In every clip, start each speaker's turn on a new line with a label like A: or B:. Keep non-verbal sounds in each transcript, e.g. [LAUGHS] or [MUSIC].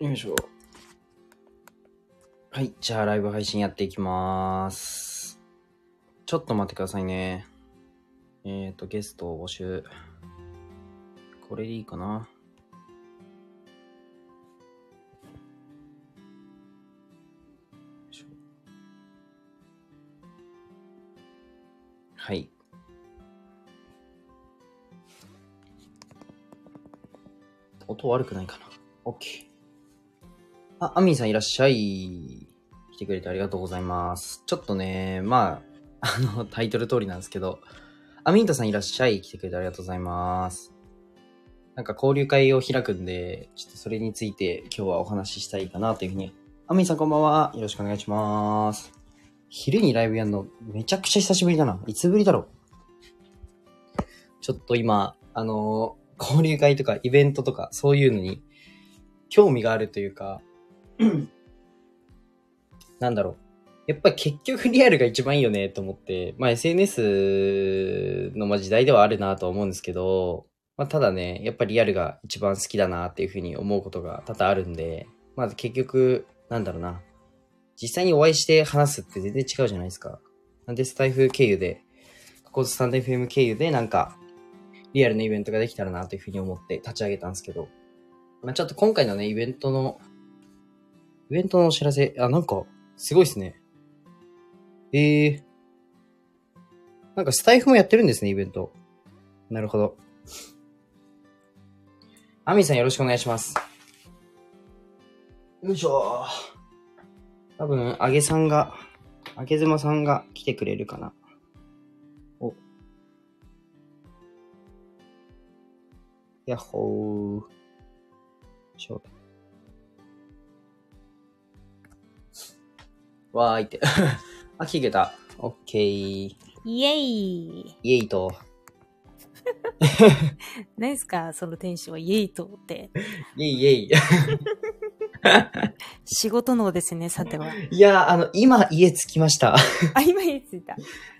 A: よいしょ。はい。じゃあ、ライブ配信やっていきまーす。ちょっと待ってくださいね。えっ、ー、と、ゲストを募集。これでいいかな。よいしょはい。音悪くないかな。OK。あ、アミンさんいらっしゃい。来てくれてありがとうございます。ちょっとね、まあ、あ [LAUGHS] の、タイトル通りなんですけど、アミントさんいらっしゃい。来てくれてありがとうございます。なんか交流会を開くんで、ちょっとそれについて今日はお話ししたいかなというふうに。アミンさんこんばんは。よろしくお願いします。昼にライブやるのめちゃくちゃ久しぶりだな。いつぶりだろう。ちょっと今、あの、交流会とかイベントとかそういうのに興味があるというか、なんだろう。やっぱり結局リアルが一番いいよねと思って、まあ SNS のまあ時代ではあるなとは思うんですけど、まあただね、やっぱりリアルが一番好きだなっていうふうに思うことが多々あるんで、まあ結局、なんだろうな。実際にお会いして話すって全然違うじゃないですか。なんでスタイフ経由で、ここスタンド FM 経由でなんか、リアルなイベントができたらなというふうに思って立ち上げたんですけど、まあちょっと今回のね、イベントの、イベントのお知らせ、あ、なんか、すごいですね。ええなんかスタイフもやってるんですね、イベント。なるほど。アミンさんよろしくお願いします。よいしょ多分、あげさんが、あげずまさんが来てくれるかな。お。やっほー。ちょわーいって。 [LAUGHS] あ、聞けた。オッケー。イ
B: イエイ
A: エイと。
B: 何ですかその天使はイエイとって。
A: イエイイエイ。
B: 仕事のですね、さて [LAUGHS] は。
A: [LAUGHS] いやー、あの、今家着きました。 [LAUGHS]
B: あ、今言いついた。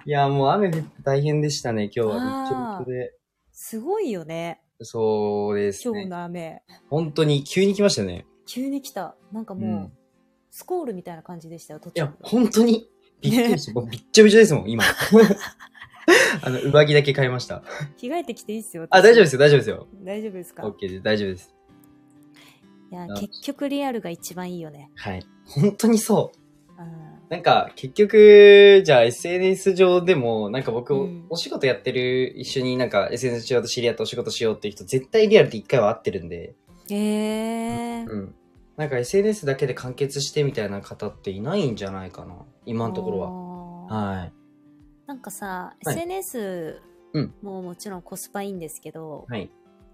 A: いやー、もう雨降って大変でしたね、今日は。
B: あ
A: 日
B: ー
A: 中で。
B: すごいよね。
A: そうです
B: 今日
A: ね。
B: の雨。
A: 本当に急に来ましたね。
B: 急に来た。なんかもう、
A: うん
B: スコールみたいな感じでしたよ、途
A: い
B: 中
A: や、本当に。びっくりした。もうびっちゃびちゃですもん、
B: [LAUGHS]
A: 今。あの、上着だけ買いました。
B: 着替えてきていいっすよ。。
A: あ、大丈夫ですすよ、大丈夫ですよ。
B: 大丈夫ですか
A: OK です、大丈夫です。
B: いや
A: あ、
B: 結局リアルが一番いいよね。
A: はい。本当にそう。
B: うん。
A: なんか、結局、じゃあ SNS 上でも、なんか僕、
B: うん
A: お仕事やってる、一緒になんか SNS 上と知り合ってお仕事しようっていう人、絶対リアルで一回は会ってるんで、
B: えー。
A: うん。なんか SNS だけで完結してみたいな方っていないんじゃないかな、今のところ
B: ろ
A: は。はい。
B: なんかさ、
A: はい
B: SNS
A: うん
B: ももちろんコスパいいんですけど、
A: はい。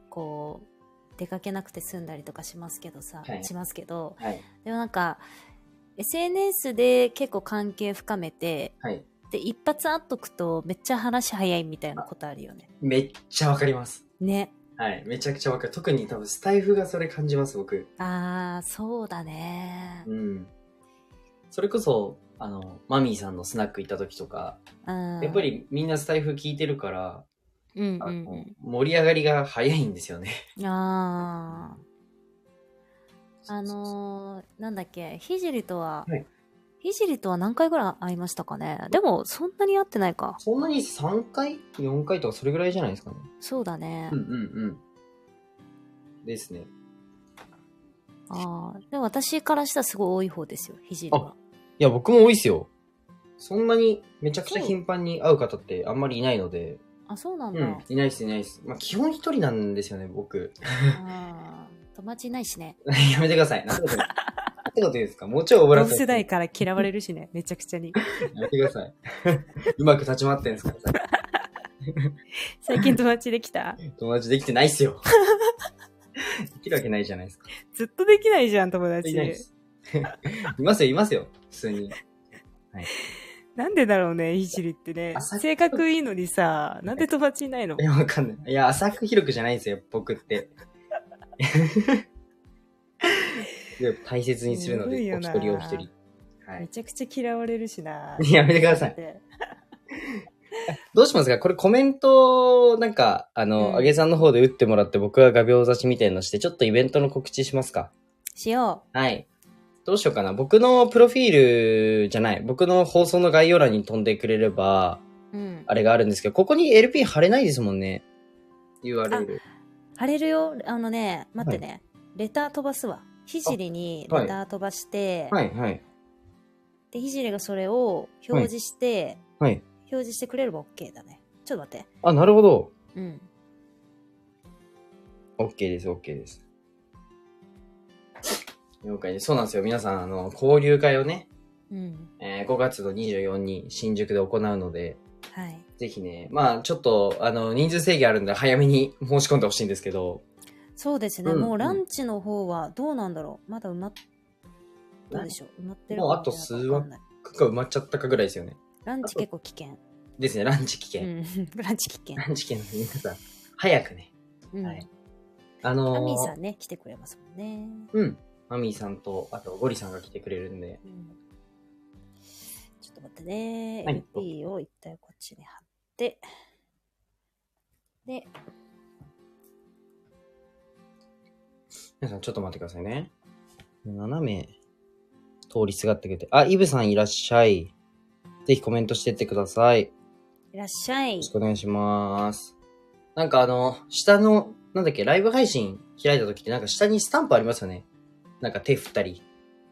B: こう、出かけなくて済んだりとかしますけどさ、
A: はい
B: しますけど、
A: はい。
B: でもなんか、SNS で結構関係深めて、
A: はい。
B: で、一発会っとくとめっちゃ話早いみたいなことあるよね。
A: めっちゃわかります。
B: ね。
A: はい。めちゃくちゃわかる。特に多分、スタイフがそれ感じます、僕。
B: あー、そうだね。
A: うん。それこそ、あの、マミーさんのスナック行った時とか、
B: うん。
A: やっぱ、りみんなスタイフ聞いてるから、
B: うん
A: あ
B: う
A: の
B: ん
A: 盛り上がりが早いんですよね。
B: うん。あー。あのー、なんだっけ、ひじりとは、
A: はい
B: ひじりとは何回ぐらい会いましたかねでも、そんなに会ってないか。
A: そんなに3回 ?4 回とかそれぐらいじゃないですかね。
B: そうだね。
A: うんうん。ですね。
B: あー。でも私からしたらすごい多い方ですよ、ひじりは。
A: いや、僕も多いですよ。そんなにめちゃくちゃ頻繁に会う方ってあんまりいないので、
B: あ、そうなんだ。
A: うん、いないですいないです。まあ、基本一人なんですよね、僕。 [LAUGHS]
B: あー友達いないしね。
A: やめてください。なんてこと言うなんてこと言うんですかもうちょいオブラー
B: 同
A: トに
B: 世代から嫌われるしね、めちゃくちゃに。
A: やめてください。 [LAUGHS] うまく立ち回ってんですからさ
B: 最近友達できた
A: 友達できてないっす
B: [LAUGHS]
A: よ。できるわけないじゃないですか。
B: ずっとできないじゃん、友達。
A: いないです。 [LAUGHS] いますよ、いますよ。普通に。
B: なんでだろうね、いじりってね
A: あさ。
B: 性格いいのにさ、なんで友達いないの
A: いや、わかんない。いや、浅く広くじゃないんですよ、僕って。
B: [LAUGHS]
A: でも大切にするの
B: すごい
A: で、お
B: よ
A: 一
B: な
A: 人お一人。は
B: め
A: い。
B: ちゃくちゃ嫌われるしな。
A: やめてください。どうしますかこれコメント、なんか、あ
B: う
A: の、
B: ん
A: あげさんの方で打ってもらって、僕は画鋲刺しみたいのして、ちょっとイベントの告知しますか
B: しよ
A: はい。どうしようかな。僕のプロフィールじゃない。僕の放送の概要欄に飛んでくれれば、
B: う。うん。
A: あれがあるんですけど、ここに LP 貼れないですもんね。URL。
B: 貼れるよ。あのね、待ってね。レター飛ばすわ。ひじりにレター飛ばして、
A: はい、はい。
B: で、ひじりがそれを表示して、
A: はい。
B: 表示してくれれば OK だね。ちょっと待って。
A: あ、なるほど。
B: うん。
A: OK です、OK です。了解です。そうなんですよ。皆さん、あの、交流会をね、
B: うん。
A: えー5月の24に新宿で行うので、
B: はい。
A: ぜひね、まあちょっと、あの、人数制限あるんで早めに申し込んでほしいんですけど、
B: そうですね。
A: うん
B: もうランチの方はどうなんだろう。まだ埋まっ、どうでしょう。埋まってる
A: もうあと数話
B: わかんない
A: 区が埋まっちゃったかぐらいですよね。
B: ランチ結構危険。
A: ですね、ランチ危
B: う
A: 険。
B: ん。 [LAUGHS] ランチ危険。
A: ランチ危険の皆さん、早くね。
B: うん。
A: はいあ
B: ア
A: のー
B: ミーさんね、来てくれますもんね。
A: うん。マミーさんと、あとゴリさんが来てくれるんで、
B: うんちょっと待ってね。
A: はい
B: LP を一体こっちに貼って。で、
A: 皆さんちょっと待ってくださいね。斜め通りすがってくれて。あ、イブさんいらっしゃい。ぜひコメントしてってください。よ
B: いらっしゃい
A: ろし。くお願いします。なんかあの、下の、なんだっけ、ライブ配信開いた時ってなんか下にスタンプありますよね。なんか手振ったり。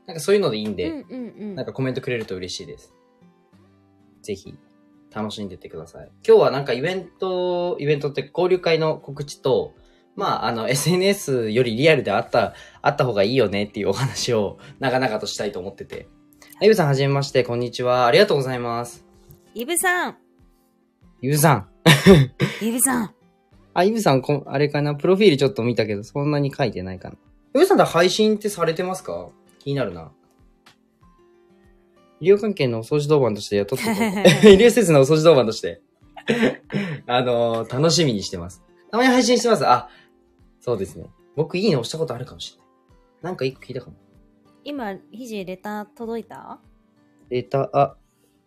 A: なんかそういうのでいいん
B: うん
A: で、
B: うんう
A: なん
B: ん。
A: かコメントくれると嬉しいです。ぜひ、楽しんでってください。今日はなんかイベント、イベントって交流会の告知と、まあ、あの、SNS よりリアルであった、あった方がいいよねっていうお話を、長々としたいと思ってて。あゆぶさん、はじめまして、こんにちは。ありがとうございます。
B: イブさん
A: ゆうさん。
B: イブさん
A: あ、ゆうさん、こんあれかな、プロフィールちょっと見たけど、そんなに書いてないかな。ゆうさんって配信ってされてますか気になるな。医療関係のお掃除当番として雇ってく [LAUGHS] れて医療施設のお掃除当番として。 [LAUGHS] あのー楽しみにしてます。たまに配信してます。あ、そうですね。僕、いいね押したことあるかもしれない。なんか一個聞いたかも。
B: 今、ヒジレター届いた
A: データ、あ、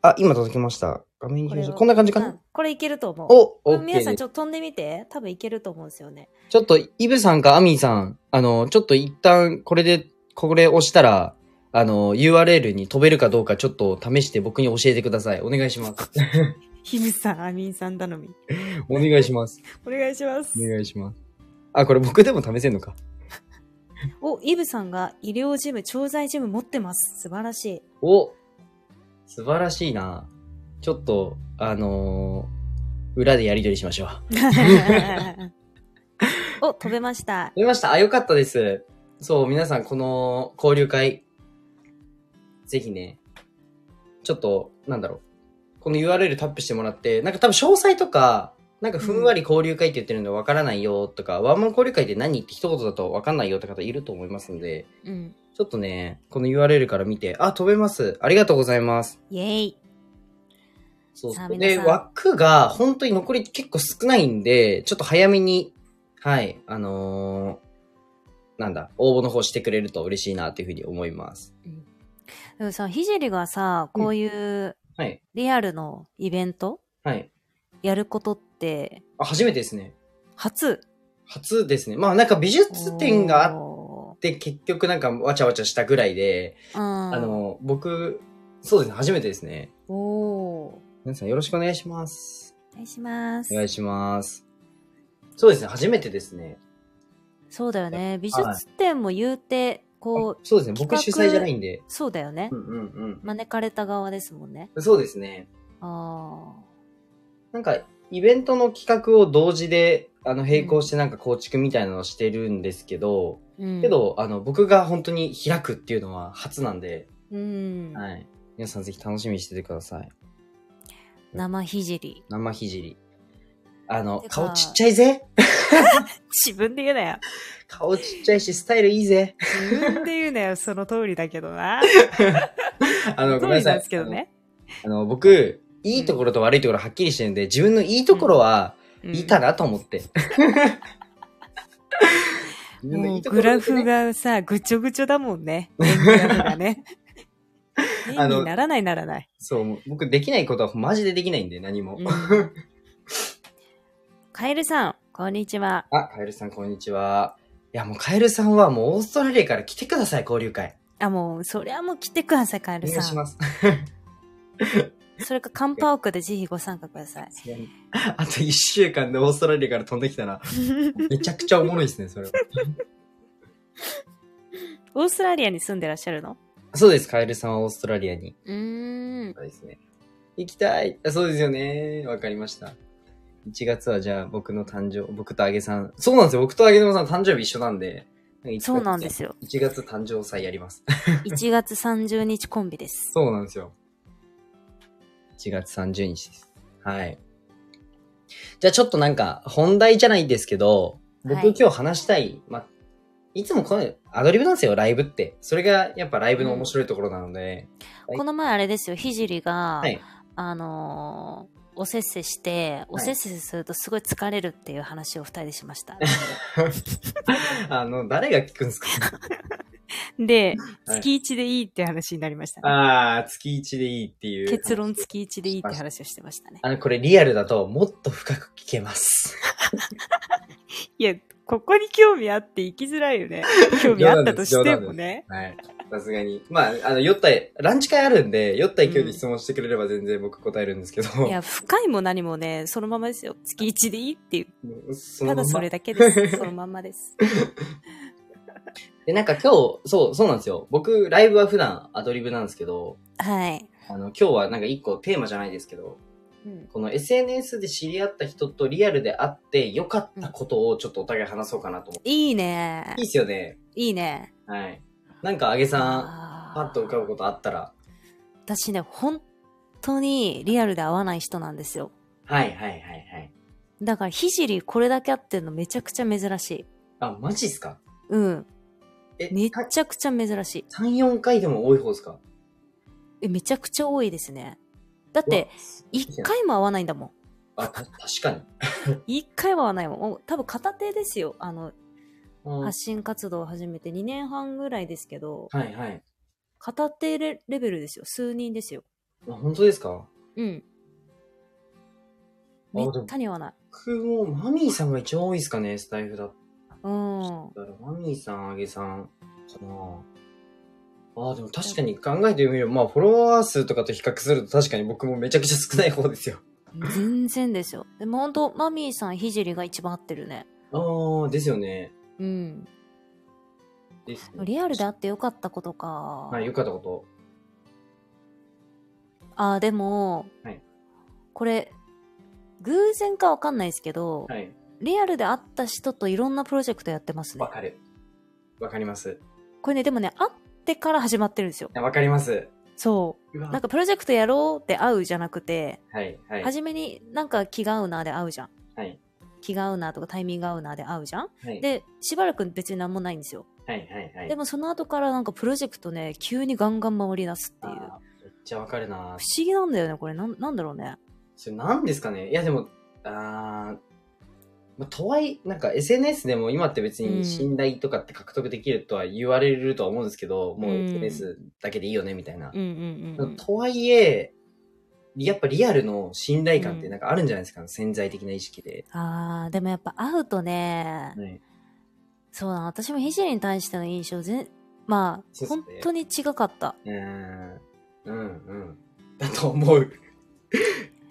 A: あ、今届きました。画面表示。
B: を
A: こんな感じか
B: う
A: なん
B: これいけると思う。
A: お、
B: これ
A: OK
B: 皆さ
A: で
B: ん
A: す
B: ちょっと飛んでみて。多分いけると思うんですよね。
A: ちょっと、イブさんかアミーさん、あの、ちょっと一旦、これで、これ押したら、あの、URL に飛べるかどうか、ちょっと試して僕に教えてください。お願いします。
B: ヒムさん、アミンさん頼み。
A: [LAUGHS] お願いします。
B: お願いします
A: お。願いします。あ、これ僕でも試せんのか。
B: お、イブさんが医療ジム、調剤ジム持ってます。素晴らし [LAUGHS] い。
A: お素晴らしいな。ちょっと、あのー裏でやりとりしましょう。
B: お、飛べました。
A: やりました。あ、よかったです。そう、皆さん、この交流会、ぜひね、ちょっと、なんだろう。この URL タップしてもらって、なんか多分詳細とか、なんかふんわり交流会って言ってるのでわからないよとか、ワンマン交流会って何って一言だとわかんないよって方いると思いますので、
B: うん。
A: ちょっとね、この URL から見て、あ、飛べます。ありがとうございます。
B: イェイ。
A: そう
B: さあ
A: そう。
B: 皆
A: で、
B: さん
A: 枠が本当に残り結構少ないんで、ちょっと早めに、はい、あのーなんだ、応募の方してくれると嬉しいなというふうに思います。
B: でもさ、ひじりがさ、こういう
A: はい、
B: リアルのイベント
A: はい。
B: やることって、
A: あ、初めてですね。
B: 初。
A: 初ですね。まあなんか美術展があっ
B: お
A: て結局なんかわちゃわちゃしたぐらいで、
B: ーうん。
A: あのー僕、そうですね、初めてですね。
B: おおー。
A: 皆さんよろしくお願いします。
B: お願いします
A: お。願いします。そうですね、初めてですね。
B: そうだよね。美術展も言うて、こう、
A: そうですね、僕主
B: 企画
A: 催じゃないんで。
B: そうだよね
A: う。んうん
B: 招かれた側ですもんね。
A: うん。そうですね。
B: あ
A: なんか、イベントの企画を同時で、あの、並行してなんか構築みたいなのをしてるんですけど、
B: あ。うん
A: け、ど、あの、僕が本当に開くっていうのは初なんで、
B: うん。
A: はい。皆さんぜひ楽しみにしててください。
B: 生ひじり。
A: 生ひじり。あの
B: て、か
A: 顔ちっちゃいぜ
B: 自分で言うなよ。
A: 顔ちっちゃいし、スタイルいいぜ
B: 自分で言うな [LAUGHS] よ。その通りだけどな。
A: あの、ごめんなさい。
B: ですけどね。
A: あの。あの、僕、いいところと悪いところはっきりしてるんで、自分のいいところは、
B: うん
A: いいかなと思
B: [LAUGHS]
A: って。自分の
B: も
A: いういとこ
B: グ
A: ろだけね
B: ラフがさ、ぐちょぐちょだもんね。
A: [LAUGHS]
B: グラフがね。
A: あ
B: 絵
A: の
B: にならないならない。
A: そう、もう僕できないことはマジでできないんで、何も。
B: うんカエルさん、こんにちは。
A: あ、カエルさん、こんにちは。や、もうカエルさんはもうオーストラリアから来てください、交流会。
B: あ、もう、そりゃもう来てください、カエ
A: お
B: ル
A: 願いし
B: さ
A: ます。
B: ん。それか、カンパオクでぜひご参加く
A: [LAUGHS]
B: ださい。
A: あと1週間でオーストラリアから飛んできたら、めちゃくちゃおもろいですね、それは。
B: [LAUGHS] オーストラリアに住んでらっしゃるの
A: そうです、カエルさんはオーストラリアに。
B: うーん。
A: そうですね。行きたい。あそうですよね。わかりました。1月はじゃあ僕の誕生、僕とあげさん。そうなんですよ。僕とあげのさん誕生日一緒なんで。。
B: そうなんです
A: [LAUGHS]
B: すよ。
A: 1月誕生祭やります。
B: 1月30日コンビです。
A: そうなんですよ。1月30日です。はい。じゃあちょっとなんか、本題じゃないですけど、僕、
B: はい
A: 今日話したい、ま、いつもこのアドリブなんですよ、ライブって。それがやっぱライブの面白いところなの
B: [LAUGHS]
A: で。はい
B: この前あれですよ、ひじりが、
A: はい
B: あのーおせっせして、おせっせするとすごい疲れるっていう話を二人でしました。
A: あの、誰が聞くんですか
B: で、
A: はい
B: 月一でいいって話になりましたね、
A: ああ、月1でいいっていう。
B: 結論月一でいいって話をしてましたね。
A: あの、これリアルだともっと深く聞けます。
B: いや、ここに興味あって行きづらいよ [LAUGHS] ね。興
A: 味あったとしても
B: ね。
A: はい。さすがに。まあ、あの、酔った、ランチ会あるんで、酔った勢いで質問してくれれば全然僕答えるんですけど。
B: いや、深いも何もね、そのままですよ。月一でいいっていう。
A: その
B: た
A: まん
B: だそ
A: ま
B: れだけです。そのまんまです。
A: で、なんか今日、そう、そうなんですよ。僕、ライブは普段アドリブなんですけど、
B: はい。
A: あの、今日はなんか一個テーマじゃないですけど、
B: うん
A: この SNS で知り合った人とリアルで会って良かったことをちょっとお互い話そうかなと思って。
B: いいね
A: いい。っすよね。
B: いいね。
A: はい。なんか、あげさん、
B: あー
A: パッと浮かぶことあったら。
B: 私ね、本当にリアルで会わない人なんですよ。
A: はいはいはいはい。
B: だから、ひじりこれだけ会ってるのめちゃくちゃ珍しい。
A: あ、マジっすか
B: うん。
A: え、
B: め
A: た
B: ちゃくちゃ珍しい。
A: 3、4回でも多い方ですか
B: え、めちゃくちゃ多いですね。だっ
A: うわ
B: て、一回も会わないんだもん。
A: あ、た確かに。
B: 一回は会わないもん。もう多分片手ですよ。あの、
A: うん
B: 発信活動を始めて2年半ぐらいですけど、
A: はいはい。
B: 片手レレベルですよ。数人ですよ。
A: あ本当ですか
B: うん。
A: で
B: めっ
A: も
B: たにはない。
A: 僕も、マミーさんが一番多いですかね、スタイフだっ
B: うん。
A: たら。マミーさん、あげさん、かなあーでも確かに考えてみれば、まあ、フォロワー数とかと比較すると確かに僕もめちゃくちゃ少ない方ですよ。
B: 全然ですよ。でも本当マミーさん、ひじりが一番合ってるね。
A: ああ、ですよね。
B: うん。
A: ですね
B: リアルで会ってよかったことか。
A: はい、よかったこと。
B: あー、でも、
A: はい
B: これ、偶然かわかんないですけど、
A: はい。
B: リアルで会った人といろんなプロジェクトやってますね
A: わ。かる。わかります。
B: これね、でもね、会ってから始まってるんですよ。
A: あわかります。
B: そうう。
A: わ
B: なんかプロジェクトやろうって会うじゃなくて、
A: はい、はい。
B: 初めになんか気が合うなで会うじゃん。
A: はい、
B: 気が合うなとかタイミング合うなで会うじゃん。
A: はい、
B: で、しばらく別になんもないんですよ。
A: はい、はい、はい。
B: でもその後からなんかプロジェクトね、急にガンガン回り出すっていう。不
A: あーめっちゃわかるな
B: 思議なんだよね、これ。なんなんだろうね。
A: それ何ですかねいやでも、あーまあ、とはいえ、なんか SNS でも今って別
B: う
A: に
B: ん
A: 信頼とかって獲得できるとは言われるとは思うんですけど、もううん SNS だけでいいよねみたいな
B: う。んうんうんうん。
A: とはいえ、やっぱリアルの信頼感って
B: うん
A: なんかあるんじゃないですか、潜在的な意識で。
B: あー、でもやっぱ会うとね、
A: はい、
B: そうだな、私もひじりに対しての印象全、ま
A: そう
B: あ、
A: っすね
B: 本当に違かった。
A: うーん、うん、うん。だと思う。 [LAUGHS]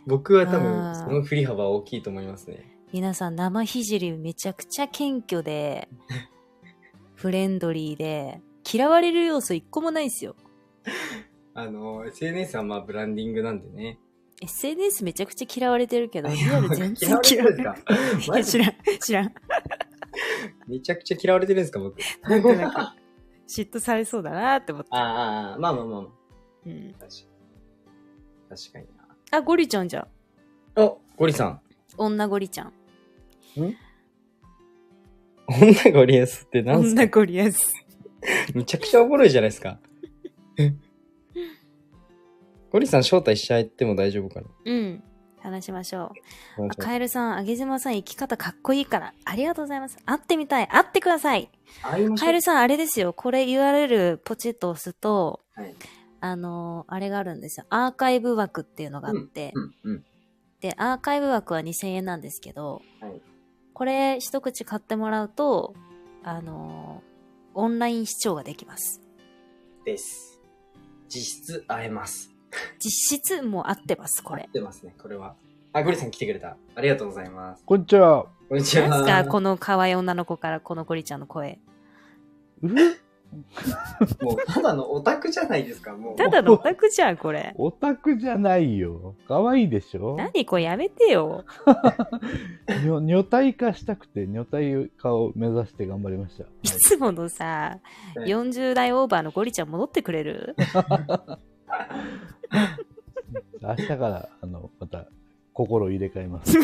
A: 僕は多
B: あ
A: 分
B: ー
A: その振り幅は大きいと思いますね。
B: 皆さん、生ひじりめちゃくちゃ謙虚
A: [LAUGHS]
B: で、フレンドリーで、嫌われる要素一個もないですよ。
A: あの、SNS はまあブランディングなんでね。
B: SNS めちゃくちゃ嫌われてるけど、リア
A: [LAUGHS]
B: ル全然嫌
A: 嫌
B: わ
A: わ
B: れ
A: れ
B: て
A: て
B: る
A: るんですか
B: [LAUGHS]
A: マジ
B: 知らん、知
A: [LAUGHS]
B: らん。
A: めちゃくちゃ嫌われてるんですか、僕。
B: なんかなんか、嫉妬されそうだなって思って。
A: ああ、まあまあまあま
B: うん
A: あ。確かに。確かにな。
B: あ、ゴリちゃんじゃん。
A: あ、ゴリさん。
B: 女ゴリちゃん。
A: 女ゴリエスってなんす
B: 女
A: か
B: ゴリやす。
A: めちゃくちゃおもろいじゃないですか。 [LAUGHS] ゴリさん招待しちゃっても大丈夫かな
B: うん。話しましょ
A: ごめ
B: う。
A: んなさ
B: あ
A: い
B: カエルさん、あげずまさん、生き方かっこいいから。ありがとうございます。会ってみたい。会ってください。
A: 会いましょう
B: カエルさん、あれですよ。これ URL ポチッと押すと、
A: はい
B: あのーあれがあるんですよ。アーカイブ枠っていうのがあって、
A: うんうん。
B: で、アーカイブ枠は2000円なんですけど、
A: はい
B: これ一口買ってもらうと、あのーオンライン視聴ができます。
A: です。実質会えます。
B: 実質もう合ってます、こ
A: 合
B: れ
A: っ。てますね、これは。あ、ゴリさん来てくれた。ありがとうございます。
C: こんにちは。
A: こんにちは。
B: なんすか、この可愛い女の子からこのゴリちゃんの声。
C: うる
A: もう、ただのオタクじゃないですか、もう。
B: ただのオタクじゃん、これ。
C: オタクじゃないよ。可愛いでしょ
B: 何これやめてよ。
C: 女女体化したくて、女体化を目指して頑張りました。
B: いつものさ、
A: はい
B: 40代オーバーのゴリちゃん戻ってくれる
C: 明日から、あの、また、心を入れ替えます。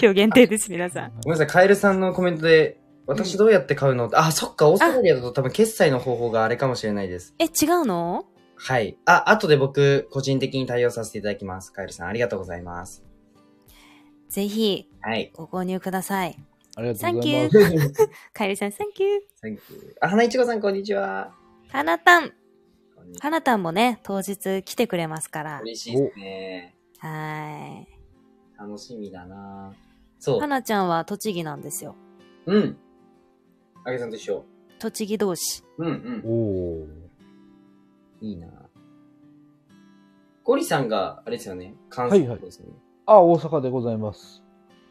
B: 今日限定です、皆さん。
A: ごめんなさい、カエルさんのコメントで、私どうやって買うの、あ、そっか、オーストラリアだと多分決済の方法があれかもしれないです。
B: え、違うの
A: はい。あ、後で僕、個人的に対応させていただきます。カエルさん、ありがとうございます。
B: ぜひ、
A: はい。
B: ご購入ください。
C: ありが
B: サ
C: と
B: ン
C: うご
B: キ
C: ざい
B: ュ
C: ます。
B: ー。カエルさん、サンキュー。
A: Thank you. あ、花いちごさん、こんにちは。
B: はなたん。
A: こんにちは
B: はなたんもね、当日来てくれますから。
A: 嬉しいですね。
B: はーい。
A: 楽しみだなそう
B: は。なちゃんは栃木なんですよ。
A: うん。あげさんと一緒。
B: 栃木同士。
A: うんうん。
C: おー。
A: いいなゴリさんが、あれですよね。関西の方ですよね。
C: あ、大阪でございます。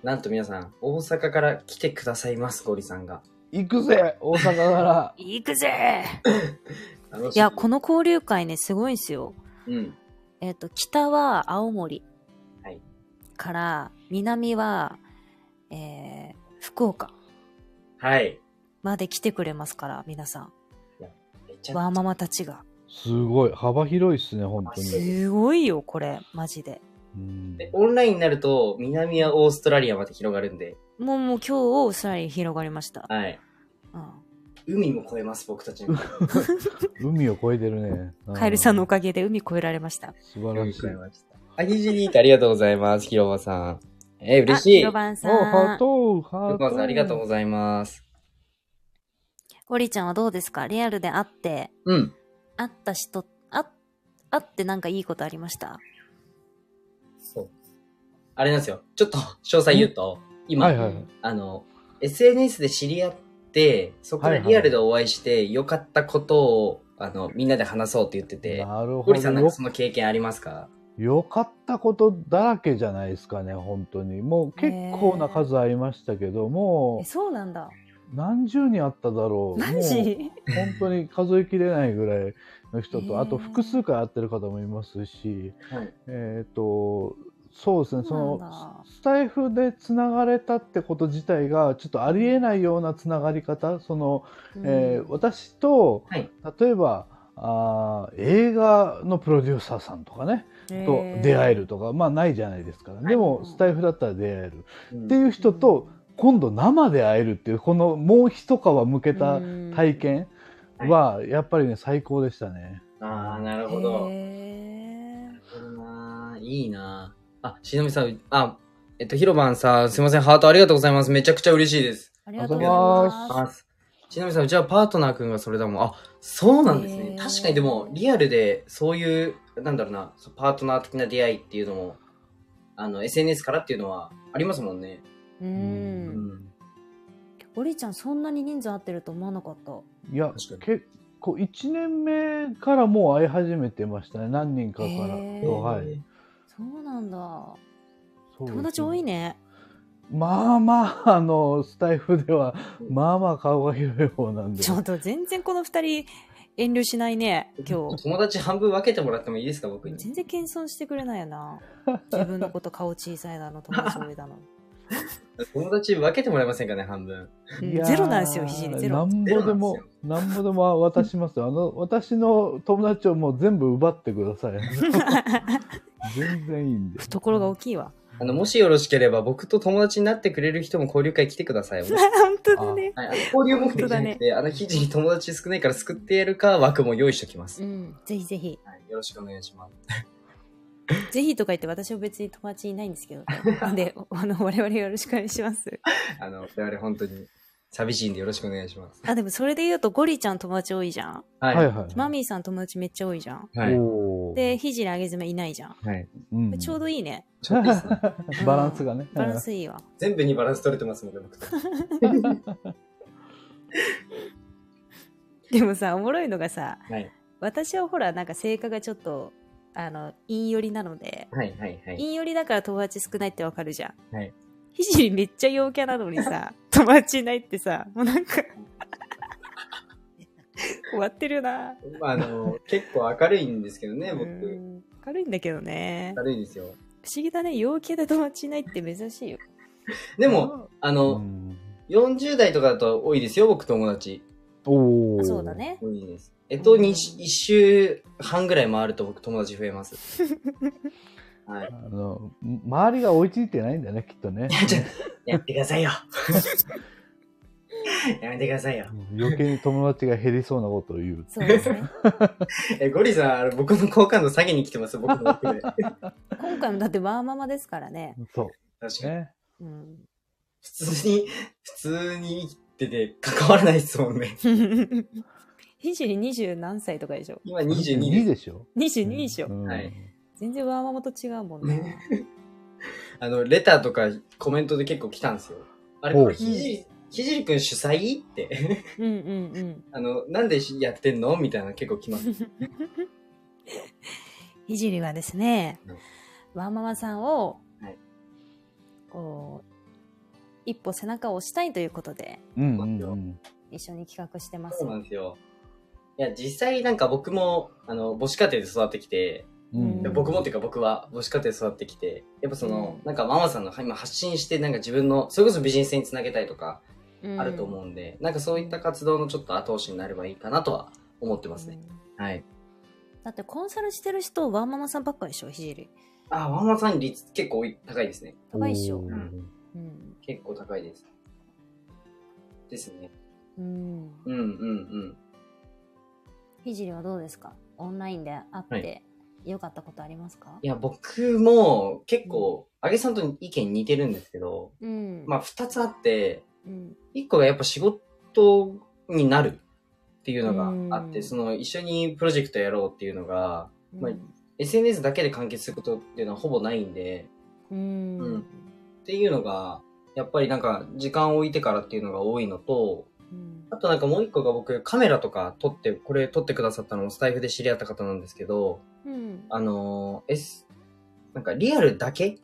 A: なんと皆さん、大阪から来てくださいます、ゴリさんが。
C: 行くぜ大阪から
B: 行くぜ
A: 楽しみ
B: いや、この交流会ね、すごいんですよ。
A: うん。
B: えっ、と、北は青森
A: はい
B: から、南は、えー、福岡
A: はい。
B: まで来てくれますから、皆さん。
A: めちゃ
B: ワーママたちが。
C: すごい。幅広いっすね、本当に。
B: すごいよ、これ、マジで。
C: うん
A: でオンラインになると、南はオーストラリアまで広がるんで、
B: もう、もう今日、さらに広がりました。
A: はい。
B: うん。
A: 海も越えます、僕たち [LAUGHS] の。
C: 海を越えてるね。う
B: カエルさんのおかげで海越えられました。
C: 素晴らしい。
A: ました。あひじりーってありがとうございます、広場さん。えー、嬉しい。
B: あ
A: 広
B: 広番
C: お、
B: さ
C: ハー
B: ん。
C: ト、ハー
A: 場さん、
C: ト。
A: ありがとう
C: う。
A: ございます。
B: ゴリちゃんはどうですかリアルで会って、
A: うん。
B: 会った人、あ会ってなんかいいことありました
A: そう。あれなんですよ。ちょっと、詳細言うと、今、
C: はいはい。
A: あの、SNS で知り合って、そこからリアルでお会いして、良かったことを、あの、みんなで話そうって言ってて、
C: なるほ
A: ゴリさんな
C: ど
A: んか
C: よ
A: そ。の経験ありますか
C: よかったことだらけじゃないですかね、本当に。もう結構な数ありましたけど、も
B: え、そうなんだ。
C: う何十人あっただろう。
B: マ
C: もう
B: ジ
C: 本当に数えきれないぐらいの人
B: へー
C: と、あと複数回会ってる方もいますし、
A: はい。
C: えっ、と、そうですね、そ
B: そうなんだ
C: のスタイフでつながれたってこと自体が、ちょっとありえないようなつながり方、その、えー
B: うん
C: 私と、
A: はい
C: 例えばあー映画のプロデューサーさんとかね、と出会えるとか、まあないじゃないですから、で
B: う
C: も
B: ん
C: スタイフだったら出会える、
A: うん
C: っていう人と、今度生で会えるっていうこのもう一皮向けた体験はやっぱりね最高でしたね。
A: ああ、なる
B: な
A: ほど。なるほどないいなあ、しのみさん、あ、えっと、ひろばんさん、すいません、ハートありがとうございます。めちゃくちゃ嬉しいです。
B: ありがとうござい
C: あ
B: ます。
A: しのみさん、うちはパートナーくんがそれだもん。あ、そうなんです
B: へ
A: ね。
B: ー
A: 確かに、でも、リアルで、そういう、なんだろうな、そうパートナー的な出会いっていうのも、あの、SNS からっていうのは、ありますもんね。
B: う。
A: うんん。
B: おりちゃん、そんなに人数合ってると思わなかった。
C: いや
A: 確かに
C: 結構1年目からもう会い始めてましたね何人かからと、
B: へー
C: はい。
B: そうなんだ。
C: そうですね
B: 友達多いね。
C: まあまああのスタイフではまあまあ顔が広い方なんで
B: ちょっと全然この二人遠慮しないね、今 [LAUGHS] 日。
A: 友達半分分けてもらってもいいですか、僕に。
B: 全然謙遜してくれないよな。自分のこと顔小さいだの、友達多いだ [LAUGHS] の。
A: 友達分けてもらえませんかね、半分。
B: うん
C: いやー
B: ゼロなんですよ、ひじり、ゼ
C: な
B: ロ。
C: んぼでも、なんぼでも渡しますよ。あの、私の友達をもう全部奪ってく
B: [LAUGHS]
C: ださい。全然いいんで。
B: 懐が大きいわ。
A: あの、もしよろしければ、僕と友達になってくれる人も交流会来てくだ
B: [LAUGHS]
A: さい。
B: [LAUGHS] 本当だね。
A: はい、あの交流目的じゃなくて、あの、記事に友達少ないから救ってやるか枠も用意しときます。
B: うん、ぜひぜひ。
A: はい、よろしくお願いします。
B: ぜひとか言って私は別に友達いないんですけど、ね、で、おあの、我々よろしくお願いします。
A: あの、我々本当に、寂しいんでよろしくお願いします。
B: [LAUGHS] あ、でもそれで言うと、ゴリちゃん友達多いじゃん。
A: はい。
C: はい
A: は
C: はい。
B: マミーさん友達めっちゃ多いじゃん。
A: い。
C: おー
B: で、、ひじりあげずめいないじゃん。
A: はい、
C: うん
B: ちょうどいいね。
A: ちょっといいっすね
C: バランスがね。
B: バランスいいわ。
A: 全部にバランス取れてますもんね、僕と。
B: でもさ、おもろいのがさ、
A: はい。
B: 私はほら、なんか性格がちょっと、あの、陰寄りなので、
A: はいはい
B: [LAUGHS]
A: はい。
B: 陰寄りだから友達少ないってわかるじゃん。
A: はい
B: ひじりめっちゃ陽キャなのにさ、友達いないってさ、もうなんか、終わってるな。
A: まあ、あの、結構明るいんですけどね、
B: う
A: 僕。
B: ん明るいんだけどね。
A: 明るいですよ。
B: 不思議だね。陽キャで友達いないって珍しいよ。
A: でも、あ
C: う
A: の、
C: ん。
A: 40代とかだと多いですよ、僕友達。
C: おー
B: そうだ。ね。
A: 多いです。えっと、
B: うん
A: 1週半ぐらい回ると僕友達増えます。はい
C: あ。の、周りが追いついてないんだね、きっとね。
A: ちょやってくださいよ。やめてくださいよ。
C: 余計に友達が減りそうなことを言う。
B: そうで
A: [LAUGHS]
B: すね。
A: え、ゴリさん、あの僕の好感度下げに来てます、僕の奥で。確か
B: 今回もだってワーママですからね。
C: そ
A: に
C: う。。ね。
B: うん。
A: 普通に、普通に生きてて関わらないですもんね。
B: ひじり二十何歳とかでしょ
A: 今22です。
C: でしょ
B: 二十二でしょ、
C: うん
A: はい
B: 全然ワーママと違うもんね。
A: あの、レターとかコメントで結構来たんですよ。あれ、
C: ほう
A: これひじり、ひじりくん主催って。 [LAUGHS]
B: うんうんうん。
A: あの、なんでやってんのみたいなの結構来ます。
B: ひじりはですね
A: うん、
B: ワーママさんを
A: はい、
B: こう、一歩背中を押したいということで、
C: うんうんうん。
B: 一緒に企画してます
A: そう。なんですよ。いや、実際なんか僕も、あの、母子家庭で育ってきて、
C: うん
A: で僕もっていうか僕は母子家庭で育ってきて、やっぱその、
B: うん
A: なんかママさんの今発信して、なんか自分の、それこそビジネスにつなげたいとか、あると思うんで、なんかそういった活動のちょっと後押しになればいいかなとは思って
B: うん
A: ますね。はい。
B: だってコンサルしてる人、ワーママさんばっかりでしょ、ひじり。
A: あ、ワンマンさん率結構多い高いですね。
B: 高いっしょ
C: お。ー
B: うん。
A: 結構高いです。ですね。
B: うん。
A: うんうんうん。
B: ひじりはどうですかオンラインで会っ
A: は
B: て良かったことありますか、
A: いや、僕も結構、あげさんと意見似てるんですけど、
B: うん。
A: まあ二つあって、
B: うん。
A: 一個がやっぱ仕事になるっていうのがあっ
B: う
A: て、
B: ん
A: その一緒にプロジェクトやろうっていうのが、まあSNS だけで完結することっていうのはほぼないんで、
B: うん。
A: うんっていうのが、やっぱりなんか時間を置いてからっていうのが多いのと、
B: うん
A: あとなんかもう一個が僕カメラとか撮って、これ撮ってくださったのもスタイフで知り合った方なんですけど、
B: うん。
A: あのー、S、なんかリアルだけ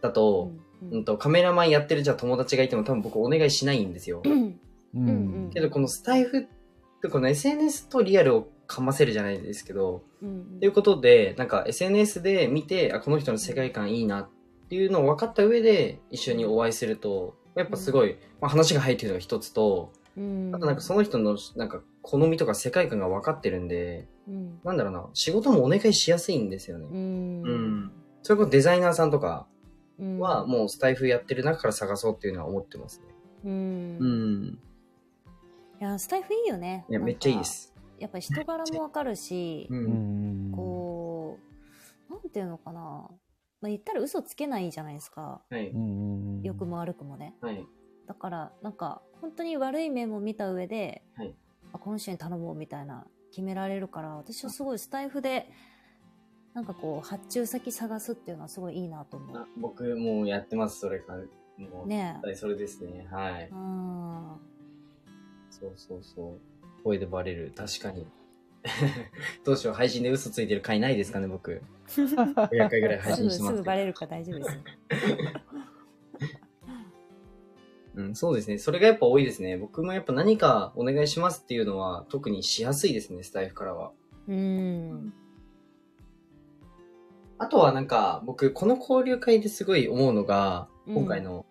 A: だと、
B: うん
A: うんと、カメラマンやってるじゃあ友達がいても多分僕お願いしないんですよ。
B: うん
C: うん
B: うん
A: けどこのスタイフってこの SNS とリアルをかませるじゃないですけど、
B: うん
A: ということで、なんか SNS で見て、あ、この人の世界観いいなっていうのを分かった上で一緒にお会いすると、やっぱすごい、まあ、話が入ってるのが一つと、
B: うん
A: あとなんかその人のなんか好みとか世界観が分かってるんで、
B: うん
A: なんだろうな、仕事もお願いしやすいんですよね。
B: うん
A: それこそデザイナーさんとか
B: うん
A: はもうスタイフやってる中から探そうっていうのは思ってますね。
B: うん
A: ん。
B: いやスタイフいいよね
A: いや、めっちゃいいです。
B: なんかやっぱ人柄もわかるし
A: う。
C: うんん。
B: こうなんていうのかなまあ言ったら嘘つけないじゃないですか
A: はい。
C: うん。
B: 良くも悪くもね
A: はい。
B: だからなんか本当に悪い面も見た上で、
A: はい
B: あこの人に頼もうみたいな決められるから私はすごいスタイフでなんかこう発注先探すっていうのはすごいいいなと思
A: あ僕もうやってます、それから。も
B: う
A: う、
B: ねえ
A: 絶対それですね。はい。
B: うん
A: そうそうそう。声でバレる。確かに。 [LAUGHS] どうしよう、配信で嘘ついてる回ないですかね、僕。500回ぐらい配
B: す
A: 信
B: ぐ
A: して
B: す
A: ます
B: ぐ
A: けど。
B: バレるから大丈
A: [LAUGHS]
B: 夫ですよ
A: うん、そうですね。それがやっぱ多いですね。僕もやっぱ何かお願いしますっていうのは特にしやすいですね、スタイフからは。
B: うん
A: あとはなんか、僕、この交流会ですごい思うのが、
B: うん
A: 今回の、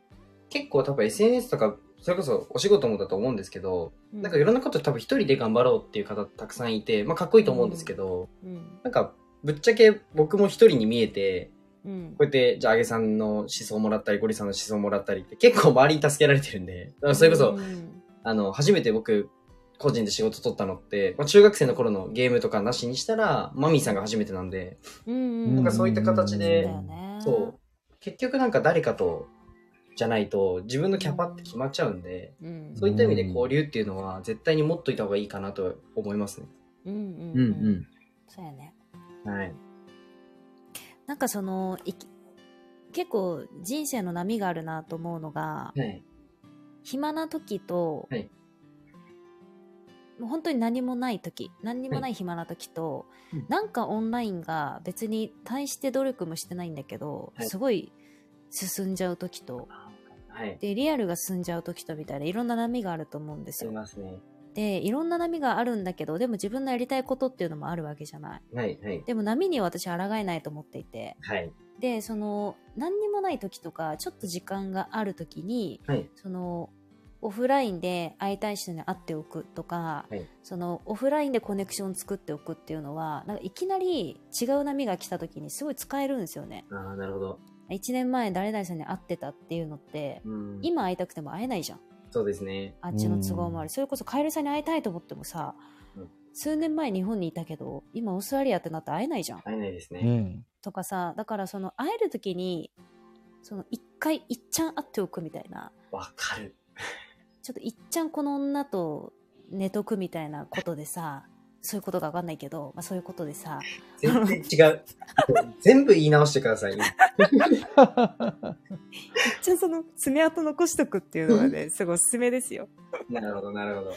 A: 結構多分 SNS とか、それこそお仕事もだと思うんですけど、なんかいろんなこと多分一人で頑張ろうっていう方たくさんいて、まあかっこいいと思うんですけど、
B: うん
A: なんか、ぶっちゃけ僕も一人に見えて、
B: うん
A: こうやって、じゃあ、あげさんの思想もらったり、ゴリさんの思想もらったりって、結構周りに助けられてるんで、だからそれこそ、
B: うん
A: あの、初めて僕、個人で仕事取ったのって、まあ、中学生の頃のゲームとかなしにしたら、マミーさんが初めてなんで、
B: うん
A: なんかそういった形
B: そう
A: で
B: だよね
A: そう。結局なんか誰かとじゃないと自分のキャパって決まっちゃうんで、
B: うん
A: そういった意味で交流っていうのは絶対に持っといた方がいいかなと思いますね。
B: うん
A: う
B: うんん
A: う
B: うん
A: ん。
B: そうやね
A: はい。
B: なんかそのいき結構人生の波があるなと思うのが
A: はい。
B: 暇な時と、
A: はい
B: もう本当に何もない時何にもない暇な時と、
A: うん
B: なんかオンラインが別に大して努力もしてないんだけど、
A: はい
B: すごい進んじゃう時と
A: はい。
B: でリアルが進んじゃう時とみたいないろんな波があると思うんです
A: すみ
B: よ。
A: ますね。
B: でいろんな波があるんだけどでも自分のやりたいことっていうのもあるわけじゃない。
A: はい。はい。
B: でも波には私抗えないと思っていて
A: はい。
B: でその何にもない時とかちょっと時間がある時に
A: はい。
B: そのオフラインで会いたい人に会っておくとか、
A: はい
B: そのオフラインでコネクション作っておくっていうのはなんかいきなり違う波が来た時にすごい使えるんですよね
A: ああ、なるほど。
B: 1年前誰々さんに会ってたっていうのって
A: うん。
B: 今会いたくても会えないじゃん
A: そうですね。
B: あっちの都合もあるそれこそカエルさんに会いたいと思ってもさ、
A: うん
B: 数年前日本にいたけど今オーストラリアってなって会えないじゃん
A: 会えないですね。
C: うん。
B: とかさだからその会える時にその一回いっちゃん会っておくみたいな
A: わかる。
B: ちょっといっちゃんこの女と寝とくみたいなことでさ、そういうことがわかんないけど、まあそういうことで [LAUGHS] さ、
A: 全然違う。全部言い直してください。
B: じゃあその爪痕残しとくっていうのがね、すごいおすすめですよ。
A: なるほど、なるほど。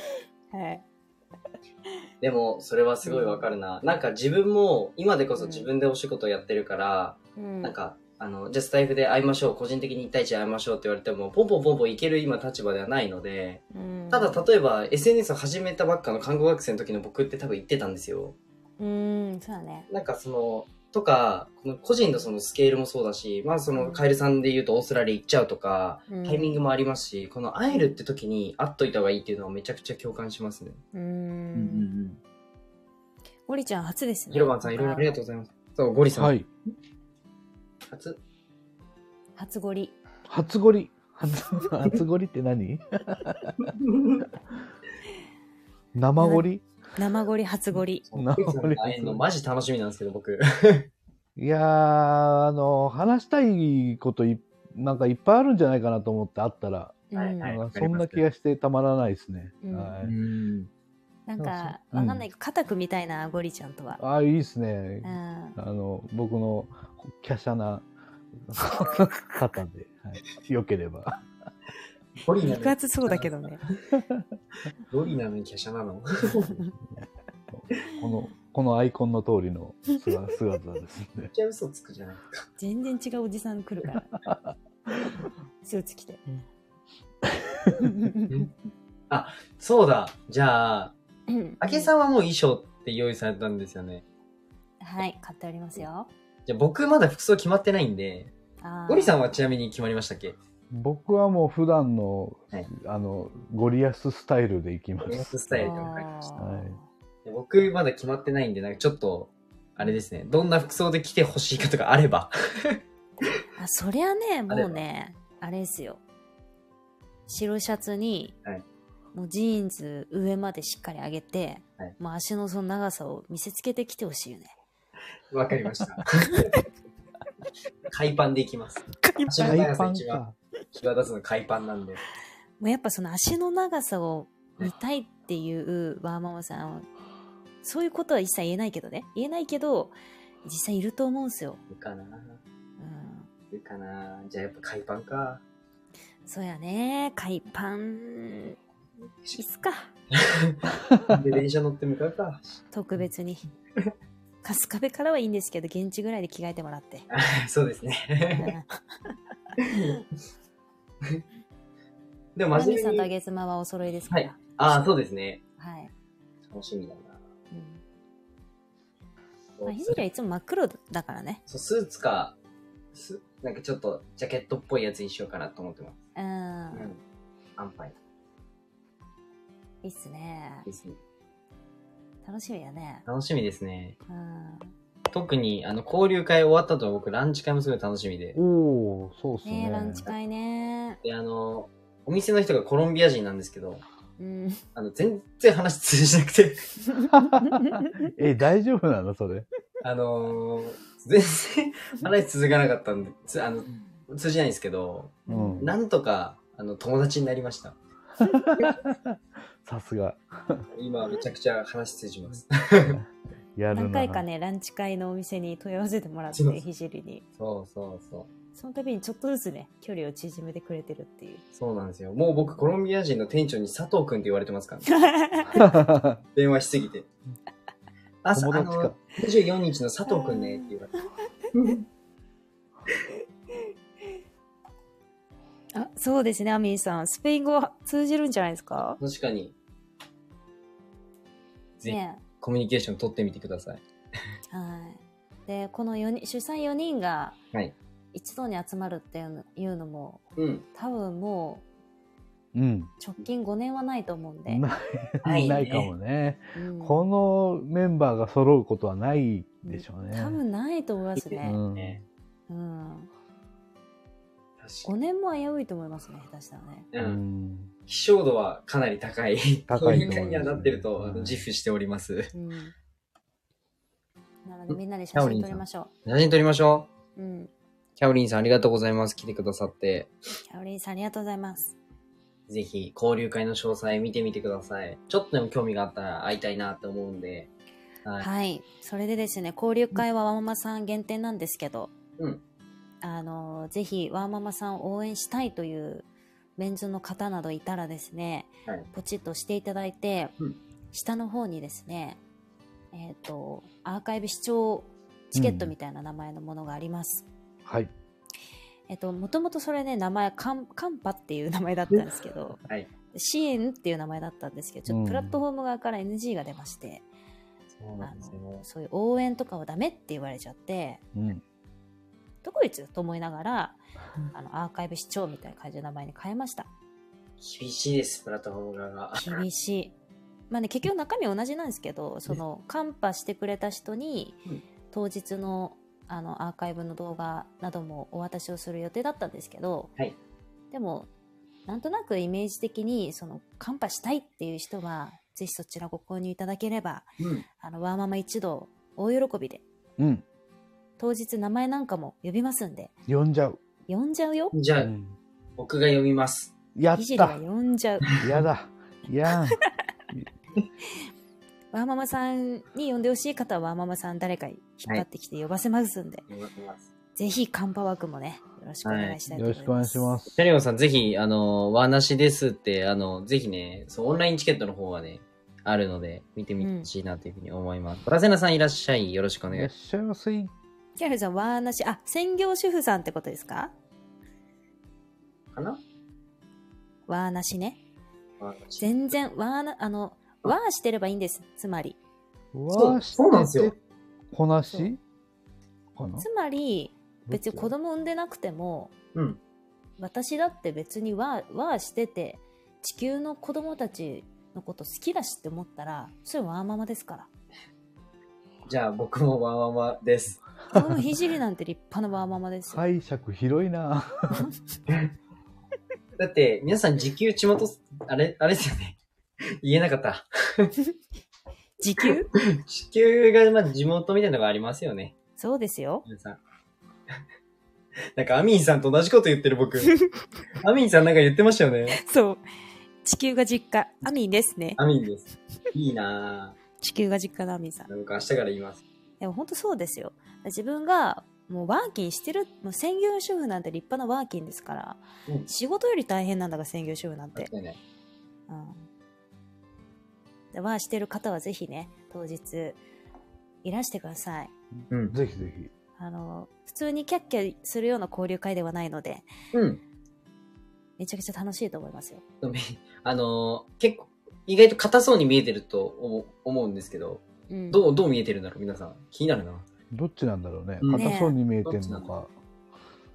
B: はい。
A: でも、それはすごいわかるな。なんか自分も、今でこそ自分でお仕事やってるから、
B: うん
A: なんか、あの、じゃあスタイフで会いましょう、個人的に1対1で会いましょうって言われても、ポンポンポンポンいける今立場ではないので、
B: うん
A: ただ、例えば SNS を始めたばっかの看護学生の時の僕って多分言ってたんですよ。
B: うん、そうだね。
A: なんかその、とか、この個人のそのスケールもそうだし、まあそのカエルさんで言うとオーストラリア行っちゃうとか、タイミングもありますし、この会えるって時に会っといた方がいいっていうのはめちゃくちゃ共感しますね。
B: う。
A: うんん
B: ゴリちゃん初ですね。
A: ヒロバンさんいろいろありがとうございます。そう、ゴリさん。
C: はい。
A: 初 [LAUGHS]
B: 初ゴリ。
C: 初ゴリ。初初ゴリって何生ゴリ
B: 生ゴリ初ゴリ。
A: そうゴリさんと [LAUGHS] 会えるのマジ楽しみなんですけど、僕。
C: いやー、あの、話したいことい、なんかいっぱいあるんじゃないかなと思ってあったら、
A: はいはい
C: なんか
A: わかり
C: そん
A: ます
C: な気がしてたまらないですね。
B: うん
C: はい
A: ん。
B: なんか、
C: うん
B: わかんないけど、硬くみたいなゴリちゃんとは。
C: ああ、いいです
B: う
C: ね。
B: ん。
C: あの、僕の華奢な方で、はい、よければ。
A: ゴリなの
B: 肉
A: に、
B: 厚そうだけどね。
A: ゴリなのに華奢なの。。
C: この、このアイコンの通りの姿姿ですね
A: じゃ嘘つくじゃないですか。
B: 全然違うおじさん来るから。スーツ着て。
A: そうだ。じゃあ、あけ
B: ん。
A: さんはもう衣装って用意されたんですよね。
B: はい、買っておりますよ。
A: じゃあ僕まだ服装決まってないんで、ゴリさんはちなみに決まりましたっけ
C: 僕はもう普段の、
A: はい
C: あの、ゴリアススタイルでいきま
A: ゴリア
C: す。
A: ススタイルでわかりました
B: は
A: で僕まだ決まってないんで、なんかちょっと、あれですね、どんな服装で来てほしいかとかあれば。
B: あ、そりゃね、もうね、あれですよ。白シャツに、
A: はい
B: もうジーンズ上までしっかり上げて、
A: はい
B: もう足のその長さを見せつけてきてほしいよね。
A: わかりま [LAUGHS] した。海パンでいきます。足の
C: 大
A: 長さ
C: パン
A: 一番
C: か。
A: 際立つの海パンなんで。
B: もうやっぱその足の長さを見たいっていうワーママさんをそういうことは一切言えないけどね。言えないけど、実際いると思うんすよ。
A: いるかな
B: うん。
A: いるかなじゃあやっぱ海パンか。
B: そうやね。海パン、いっすか。
A: で、電車乗って向かうか。
B: 特別に。春日部からはいいんですけど、現地ぐらいで着替えてもらって。
A: [LAUGHS] そうです
B: う
A: ね。
B: ん
A: でも
B: マ
A: 真
B: ミさ
A: 面
B: ん
A: 目
B: とあ
A: に。
B: げ妻はお揃いですから。
A: ああ、そうですね。
B: はい。
A: 楽しみだな。
B: うんまあ、ひじりはいつも真っ黒だからね。
A: そう、スーツか、すなんかちょっとジャケットっぽいやつにしようかなと思ってます。
B: う。
A: うんん。安牌
B: いいっすね。
A: ですね。
B: 楽しみだね。
A: 楽しみですね。
B: うん。
A: 特に、あの、交流会終わったと僕、ランチ会もすごい楽しみで。
C: おー、そうっすね。
B: ねえ、ランチ会ね。
A: で、あの、お店の人がコロンビア人なんですけど、
B: うん。
A: あの、全然話通じなくて、 [LAUGHS]
B: [LAUGHS]
C: [LAUGHS] え、大丈夫なのそれ。
A: あのー全然話続かなかったんで、つあの、通じないんですけど、
C: うん
A: なんとか、あの、友達になりました。
C: さすが。
A: 今、めちゃくちゃ話通じます。 [LAUGHS]
C: やるな。
B: 何回かね、ランチ会のお店に問い合わせてもらって
A: そう、
B: ひじりに。
A: そうそうそう。
B: その度にちょっとずつね、距離を縮めてくれてるっていう。
A: そうなんですよ。もう僕、コロンビア人の店長に佐藤くんって言われてますからね。電話しすぎて。 [LAUGHS] あ、そう、
C: 友
A: あ
C: 達か
A: の、24日の佐藤くんねって言われて。
B: [LAUGHS] あそうですね、アミーさん。スペイン語は通じるんじゃないですか
A: 確かに、ぜひ
B: ね
A: コミュニケーション取ってみてください。
B: はい。で、この四人、主催4人が
A: はい、
B: 一度に集まるっていうのいうのも、
A: うん。
B: 多分も
C: うん
B: う。直近5年はないと思うんで。
C: な
A: ない
C: い
A: ね
C: ないかもね。
B: うん
C: このメンバーが揃うことはないでしょうね。
B: 多分ないと思いますね。
C: うん
A: ね
B: うん。
A: 確か
B: 5年も危ういと思いますね、下手したらね。
A: に。う。
C: うんん
A: 希少度はかなり高い。
C: 高い
A: こう
C: と思います
A: いう会にはなってると、あ
C: う
A: の
C: ん
A: 自負しております。
B: うん。なので、みんなで写真撮りましょ
A: 写真撮りましょう。
B: う。うん。
A: キャオリンさんありがとうございます。来てくださって。
B: キャオリンさん、ありがとうございます。
A: ぜひ、交流会の詳細見てみてください。ちょっとでも興味があったら会いたいなって思うんで。はい。
B: はい。それでですね、交流会はワーママさん限定なんですけど、
A: うん。
B: あの、ぜひ、ワーママさんを応援したいというメンズの方などいたらですね、
A: はい
B: ポチッとしていただいて、
A: うん
B: 下の方にですね、えっ、と、アーカイブ視聴チケットみたいな名前のものがあります。
C: はい。
B: えっと、もともとそれね、名前、カン、カンパっていう名前だったんですけど、
A: はい
B: 支援っていう名前だったんですけど、ちょっ
C: うん
B: とプラットフォーム側から NG が出まして、
A: そうなんですよ。
B: そういう応援とかはダメって言われちゃって、
C: うん。
B: どこいつと思いながら、あの、アーカイブ視聴みたいな感じの名前に変えました。
A: 厳しいです、プラットフォーム側が。
B: 厳しい。まあね、結局中身は同じなんですけど、その、カンパしてくれた人に
A: うん、
B: 当日の、あの、アーカイブの動画などもお渡しをする予定だったんですけど、
A: はい
B: でも、なんとなくイメージ的に、その、カンパしたいっていう人は、ぜひそちらご購入いただければ、
A: うん。
B: あの、ワーママ一同、大喜びで、
C: うん。
B: 当日名前なんかも呼びますんで、
C: 呼んじゃう。
B: 呼んじゃうよ。
A: じゃあ、
C: うん
A: 僕が読みます。
C: やっ
B: ひじりが
C: た。
B: 呼んじゃう。
C: やだ。や
B: [LAUGHS]
C: ん。
B: ワーママさんに呼んでほしい方は、ワーママさん誰か引っ張ってきて呼ばせますんで、
A: 読みます。
B: ぜひカンパ枠もね、よろしくお願いしたいと
C: よ
B: 思
C: ろ
B: います。
C: しくお願いします。
A: キャリオンさん、ぜひ、あの、わなしですって、あの、ぜひね、そう、オンラインチケットの方はね、あるので、見てみてほしいなというふうに思います。プラセナさんいらっしゃい。よろしくお
C: い
A: 願
C: ら
A: い
C: っ
A: し
C: しゃいませ。
B: キャルさん、わーなし、あ、専業主婦さんってことですか
A: ます。かな
B: わーなしね。
A: わなし
B: 全然、わーな、あの、わーしてればいいんです。つまり。
A: そう
C: わあ
A: そうなんですよ。
C: しててこな
B: そ
C: しかな
B: つまり、別に子
C: どっ
B: 供産んでなくても、
A: うん。
B: 私だって別にわー、わーしてて、地球の子供たちのこと好きだしって思ったら、それわーママですから。
A: じゃあ、僕もわわわです。
B: このひじりなんて立派なわーママです
C: ち
B: よ。
C: 解釈広いな。 [LAUGHS]
A: だって、皆さん、時給地元、あれ、あれですよね。 [LAUGHS] 言えなかった。
B: 時給
A: 地球が、まあ、地元みたいなのがありますよね。
B: そうですよ。
A: 皆さん。 [LAUGHS] なんか、アミンさんと同じこと言ってる [LAUGHS] 僕。アミンさんなんか言ってましたよね。
B: そう。地球が実家、アミンですね。
A: アミンです。いいな
B: 地球が実家のアミンさん
A: ぁ。。なんか明日から言います。
B: でも本当そうですよ。自分がもうワーキンしてる、もう専業主婦なんて立派なワーキンですから、
A: うん
B: 仕事より大変なんだから専業主婦なん
A: 間違
B: て。
A: いない。
B: うん。で、ワーしてる方はぜひね、当日いらしてください。
A: うん。
C: ぜひぜひ。
B: あの、普通にキャッキャするような交流会ではないので、
A: うん。
B: めちゃくちゃ楽しいと思いますよ。
A: [LAUGHS] あのー結構、意外と硬そうに見えてると思う思うんですけど、
B: うん。
A: どう、どう見えてるんだろう皆さん。気になるな。
C: どっちなんだろうね。
A: うん
B: ね
C: 硬そうに見えてんのか。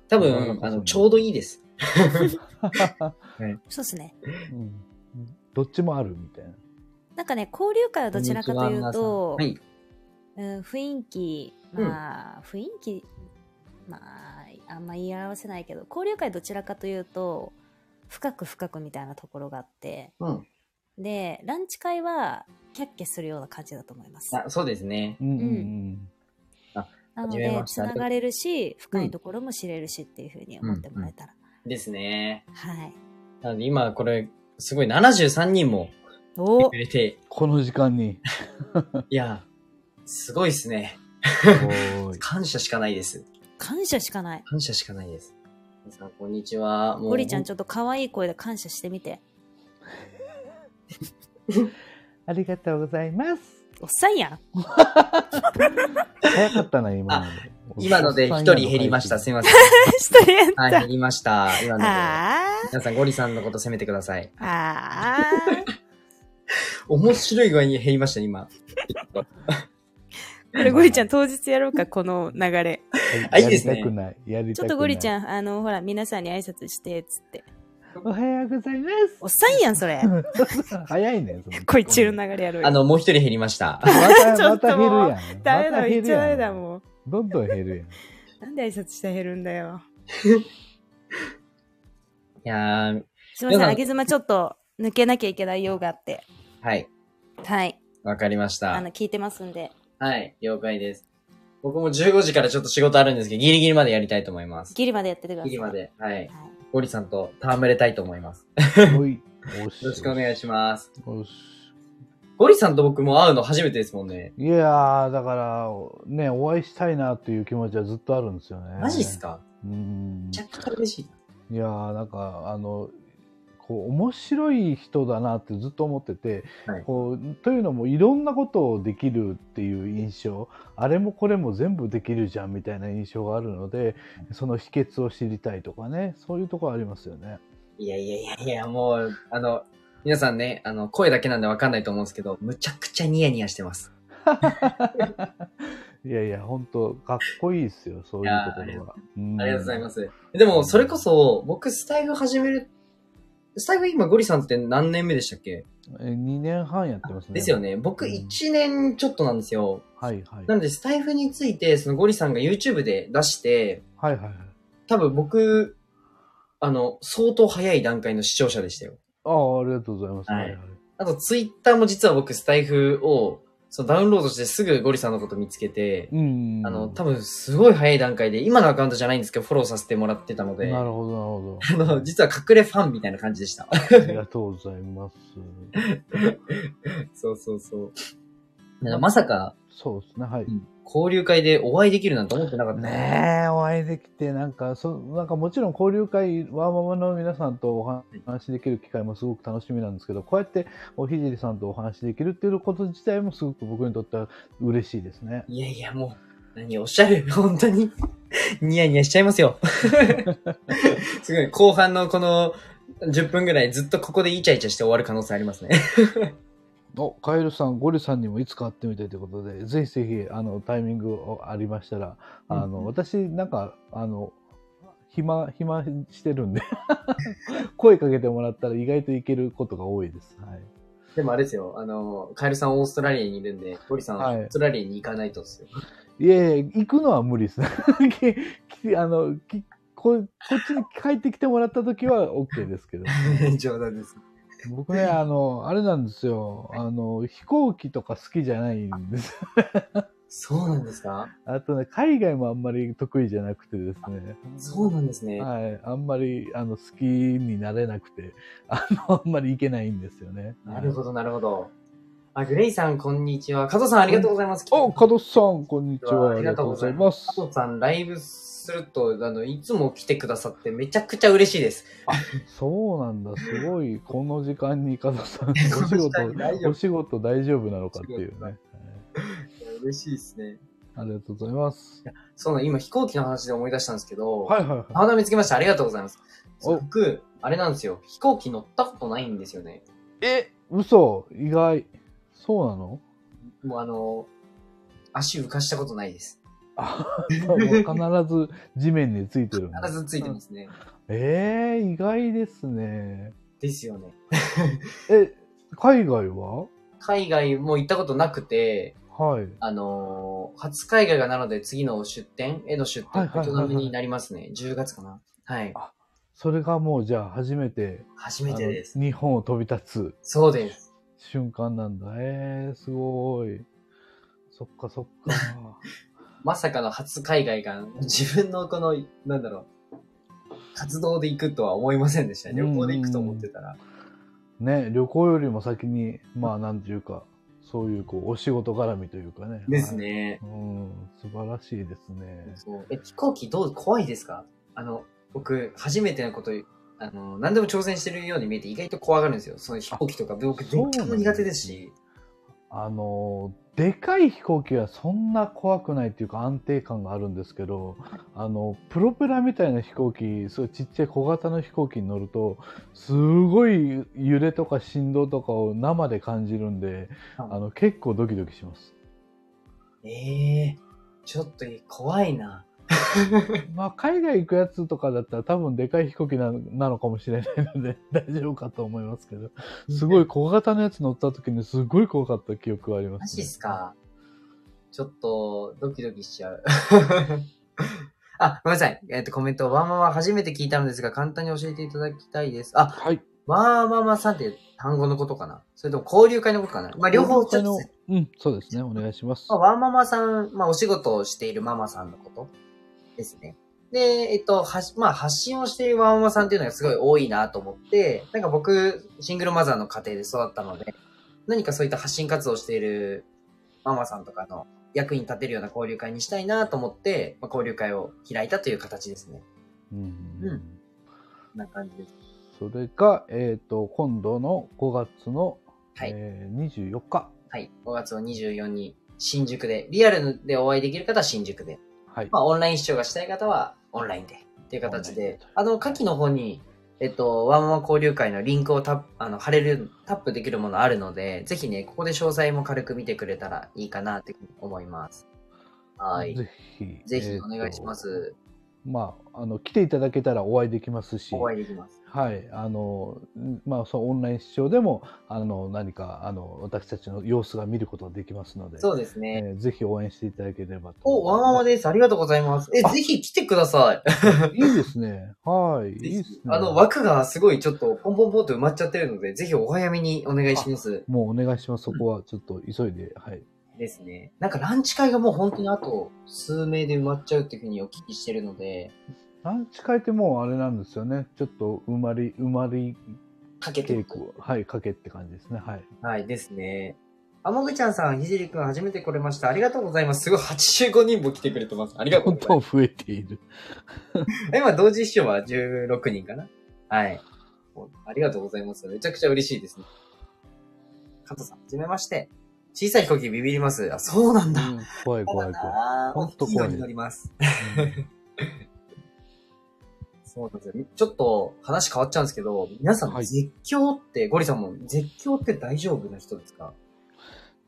A: 多
C: なる
A: 分
C: ほ、ど
A: あの、ちょうどいいです。
B: そうですね。
C: [LAUGHS] うんどっちもあるみたいな。
B: なんかね、交流会はどちらかというと、
A: はい。
B: うん、雰囲気、まあ、雰囲気、まあ、あんま言い表せないけど、交流会どちらかというと、深く深くみたいなところがあって、
A: うん。
B: で、ランチ会は、キャッキャするような感じだと思います。
A: あそうですね。
C: うんうん
B: なの
A: 始め
B: で
A: まし
B: つ
A: た
B: ながれるし深いところも知れるしっていうふうに思ってもらえたら、
A: ですね。
B: はい
A: なので今これ、すごい73人も来て
B: お
A: くれて、
C: この時
A: [LAUGHS]
C: 間に。
A: いや、すごいですね。
C: おーい
A: 感謝しかないです。
B: 感謝しかない
A: 感謝しかないです。皆さん、こんにちは。もう
B: ゴリちゃんちょっと可愛い声で感謝してみて
C: ありがとうございます。
B: おっさんや [LAUGHS] ん
C: 早かったな、今ので。
A: [LAUGHS] 今ので一人減りました。すいません。
B: 一人やっ [LAUGHS]
A: はい、減りました。今ので。
B: あ
A: 皆さん、ゴリさんのこと責めてください。
B: あああ
A: 面白い具合に減りました、今。
B: これゴリちゃん当日やろうかこの流 [LAUGHS] れ
A: あいい
C: や
A: で
C: り
A: すね
C: たくない。やり
B: ち
C: た
B: ょ
C: くない。
B: っとゴリち
C: ん。
B: ゃんあのほら皆さんに挨拶してっつって
C: おはようございま
B: おっさんやんそれ [LAUGHS]
C: す。早いね。その
B: こいちの流れやろうよ
A: あの、もう一人減りました。
C: また、
B: ちょ
C: ま
B: っと
C: た減る
B: もう
C: やん。
B: ダメだ
C: また減
B: 言っ
C: る
B: ちゃダ
C: や
B: メ
C: ん
B: だもん
C: どんどん減るやん。
B: なんで挨拶したら減るんだよ
A: いやー、
B: すいません
A: でも
B: あげずまちょっと抜けなきゃいけない用があって
A: はい、
B: はい
A: わかりまし
B: あ
A: た
B: の。聞いてますんで
A: はい、了解です。僕も15時からちょっと仕事あるんですけど、ギリギリまでやりたいと思います。
B: ギリまでやっててください
A: ギリまで、はい、
B: はい
A: ゴリさんと戯れたいと思います。 [LAUGHS]
C: おい。よ
A: よろしくお願いします。
C: す。よし。
A: ゴリさんと僕も会うの初めてですもんね。
C: いやー、だから、ね、お会いしたいなっていう気持ちはずっとあるんですよね。
A: マジっすか
C: うん
A: めちゃくちゃ嬉しい。
C: いやーなんかあのこう面白い人だなってずっと思ってて、
A: はい
C: こうというのもいろんなことをできるっていう印象あれもこれも全部できるじゃんみたいな印象があるのでその秘訣を知りたいとかねそういうところありますよね。
A: いやいやいやいや、もう、あの、皆さんね、あの、声だけなんでわかんないと思うんですけど、むちゃくちゃニヤニヤしてます。
C: いやいや本当かっこいいですよそういうとこ
A: いやーありが
C: ろ
A: と
C: は。うん
A: ありがとうございます。でも、それこそ、僕、スタイフ始める、スタイフ今、ゴリさんって何年目でしたっけ、
C: え2年半やってますね。
A: ですよ。ね。僕、
C: うん
A: 1年ちょっとなんですよ。
C: はいはい。
A: な
C: はい
A: ので、スタイフについて、そのゴリさんが YouTube で出して、
C: はいはい。
A: 多分僕、あの、相当早い段階の視聴者でしたよ。
C: ああありがとうございます。
A: はい
C: はいはい
A: あと、ツイッターも実は僕、スタイフを、そのダウンロードしてすぐゴリさんのこと見つけて、
C: うん。
A: あの、多分すごい早い段階で、今のアカウントじゃないんですけど、フォローさせてもらってたので、
C: な
A: あ
C: るほどなる
A: [LAUGHS]
C: ほど。
A: の、実は隠れファンみたいな感じでした。
C: ありがとうございます。
A: そうそうそう。だからまさか、
C: そうですね、はい。
A: 交流会でお会いできるなんて思ってなかった。
C: ねえ、お会いできて、なんか、そなんかもちろん交流会、ワーママの皆さんとお話しできる機会もすごく楽しみなんですけど、こうやっておひじりさんとお話しできるっていうこと自体もすごく僕にとっては嬉しいですね。
A: いやいや、もう、何おっしゃる [LAUGHS] 本当に。ニヤニヤしちゃい [LAUGHS] ますよ。すごい、後半のこの10分ぐらいずっとここでイチャイチャして終わる可能性ありますね。
C: お、カエルさん、ゴリさんにもいつか会ってみたいということで、ぜひぜひ、あの、タイミングをありましたら、あ
A: うんう
C: の、
A: ん
C: 私、なんか、あの、暇、暇してる
A: [LAUGHS]
C: んで、声かけてもらったら意外といけることが多いです。はい。
A: [LAUGHS] でもあれですよ、あの、カエルさんオーストラリアにいるんで、ゴリさん
C: はい
A: オーストラリアに行かないと [LAUGHS] ですよ。
C: いやいや、行くのは無理ですね。 [LAUGHS] ききあのきここっちに帰ってきてもらった時は OK ですけど。
A: 冗談です。
C: 僕ね、あの、あれなんですよ。あの、飛行機とか好きじゃないんです。
A: そうなんですか
C: あとね、海外もあんまり得意じゃなくてですね。
A: そうなんですね。
C: はい。あんまり、あの、好きになれなくて、 [LAUGHS] あの、あんまり行けないんですよね。
A: なるほど、なるほど。あ、グレイさん、こんにちは。加藤さん、ありがとうございます。
C: お、加藤さん、こんにち
A: あ
C: は。あ
A: り
C: り
A: がと
C: がと
A: うご
C: うご
A: ざ
C: ざ
A: い
C: い
A: ま
C: ます。
A: 加藤さん、ライブすると、あの、いつも来てくださって、めちゃくちゃ嬉しいです。
C: そうなんだ、すご [LAUGHS] い、この時間に加藤さん、 [LAUGHS] お
A: の
C: 仕
A: 時間に大丈
C: 事、
A: 夫
C: お仕事大丈夫なのかっていうね。はい
A: 嬉しいですね。
C: ありがとうございます。
A: そうなん今、飛行機の話で思い出したんですけど、
C: はいはい
A: た
C: は
A: またま見つけました。ありがとうございます。
C: お
A: 僕、あれなんですよ。飛行機乗ったことないんですよね。
C: い。え嘘意外。そうなの
A: もう、あの、足浮かしたことないです。
C: あもう必ず地面についてるんだ
A: 必ずついてますね。
C: えー、意外ですね。
A: ですよね。
C: え、海外は
A: 海外も行ったことなくて、
C: はい。
A: あのー初海外がなので次の出店、への出
C: は
A: 店、
C: いはいはいは
A: ベ
C: い
A: トナムになりますね。10月かな。はい。
C: それがもうじゃあ初めて
A: 初めてです
C: あ。の日本を飛び立つ
A: そうです。 [LAUGHS]
C: 瞬間なんだ。えー、すごい。そっかそっか。
A: まさかの初海外が、自分のこの、なんだろう、活動で行くとは思いませんでした。旅行で行くと思ってたら。
C: ね、旅行よりも先に、まあ、なんていうか、そういう、こう、お仕事絡みというかね。
A: ですね。
C: はい。うん、素晴らしいですね。
A: そうえ飛行機どう、怖いですかあの、僕、初めてのこと、あの、何でも挑戦してるように見えて意外と怖がるんですよ。その飛行機とか、僕、
C: そうな
A: 全
C: んだ
A: く苦手ですし。
C: あの、でかい飛行機はそんな怖くないっていうか安定感があるんですけど、あの、プロペラみたいな飛行機、そういうちっちゃい小型の飛行機に乗ると、すごい揺れとか振動とかを生で感じるんで、あの、結構ドキドキします。
A: ええちょっと怖いな。
C: まあ、海外行くやつとかだったら多分でかい飛行機ななのかもしれないので [LAUGHS] 大丈夫かと思いますけど、すごい小型のやつ乗った時にすごい怖かった記憶があります、
A: マジっすか。ちょっと、ドキドキしちゃう。 [LAUGHS] あ、ごめんなさい。えっ、と、コメント、ワーママ初めて聞いたのですが、簡単に教えていただきたいです。あ、
C: はい。
A: ワーママさんって単語のことかなそれとも交流会のことかなまあ、両方ちょっと、
C: うん、そうですね。お願いします
A: ま。あ、ワーママさん、まあ、お仕事をしているママさんのことですね。で、えっと、はし、まあ、発信をしているワーママさんっていうのがすごい多いなと思って、なんか僕、シングルマザーの家庭で育ったので、何かそういった発信活動をしているママさんとかの役に立てるような交流会にしたいなと思って、まあ、交流会を開いたという形ですね。
C: うん
A: うんこんな感じです。
C: それが、えっ、と、今度の5月の、
A: はい
C: えー24日。
A: はい。5月の24に新宿で、リアルでお会いできる方は新宿で、
C: はい。
A: まあ、オンライン視聴がしたい方は、オンラインで、っていう形
C: オンライン
A: で
C: で、
A: あの、下記の方に、えっと、ワンワン交流会のリンクをタップ、あの、貼れる、タップできるものあるので、ぜひね、ここで詳細も軽く見てくれたらいいかなって思います。はい。
C: ぜひ。
A: ぜひお願いしま
C: えーと。
A: す。
C: まあ、あの、来ていただけたらお会いできますし。
A: お会いできます。
C: はい、あの、んまあ、そう、オンライン視聴でも、あの、何か、あの、私たちの様子が見ることができますので。
A: そうですね。
C: えーぜひ応援していただければと
A: お、ワンワンです。ありがとうございます。え、ぜひ来てください。
C: いいですね。
A: [LAUGHS]
C: はい、いいですね。
A: あの、枠がすごいちょっと、ポンポンポンと埋まっちゃってるので、ぜひお早めにお願いします。
C: もうお願いします。そこはちょっと急いで、はい。
A: ですね。なんかランチ会がもう本当にあと数名で埋まっちゃうっていうふうにお聞きしてるので、
C: ランチ会ってもうあれなんですよね。ちょっと埋まり、埋まり
A: かけて
C: 稽
A: いく。
C: 古、はい、かけって感じですね。はい。
A: はい、ですね。あもぐちゃんさん、ひじりくん初めて来れました。ありがとうございます。すごい85人も来てくれてます。ありがとう
C: 本
A: ござい
C: 当
A: ま
C: 増えている。
A: す。今、同時視聴は16人かなはい。ありがとうございます。めちゃくちゃ嬉しいですね。加藤さん、はじめまして。小さい飛行機ビビります。あ、そうなんだ。
C: うん怖い怖い怖い。
A: ああ、
C: ほんと
A: 大きい
C: 怖
A: の
C: い
A: に乗ります。そうなんですよ。ちょっと話変わっちゃうんですけど、皆さん
C: はい
A: 絶叫って、ゴリさんも絶叫って大丈夫な人ですか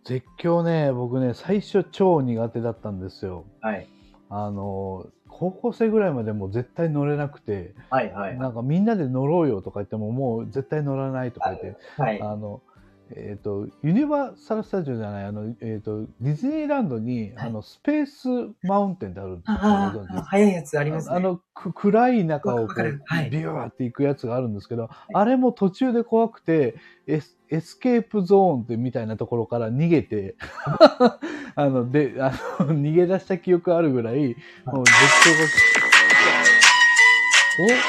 C: 絶叫ね、僕ね、最初超苦手だったんですよ。
A: はい。
C: あの、高校生ぐらいまでもう絶対乗れなくて、
A: はいはい。
C: なんかみんなで乗ろうよとか言ってももう絶対乗らないとか言って、
A: はい。
C: あの、えっ、と、ユニバーサル・スタジオじゃない、あの、えっ、と、ディズニーランドに、
A: はい
C: あの、スペース・マウンテンってあるんですよ
A: あ
C: ご
A: ーあ
C: 存知です
A: ー、
C: か
A: 早いやつありますね。
C: あのく暗い中をこ
A: わかる
C: う、
A: はい
C: ビューって行くやつがあるんですけど、あれも途中で怖くてエスエスケープゾーンってみたいなところから逃げ
D: [LAUGHS]
C: てあのであの [LAUGHS] 逃げ出した記憶あるぐらいもう絶叫が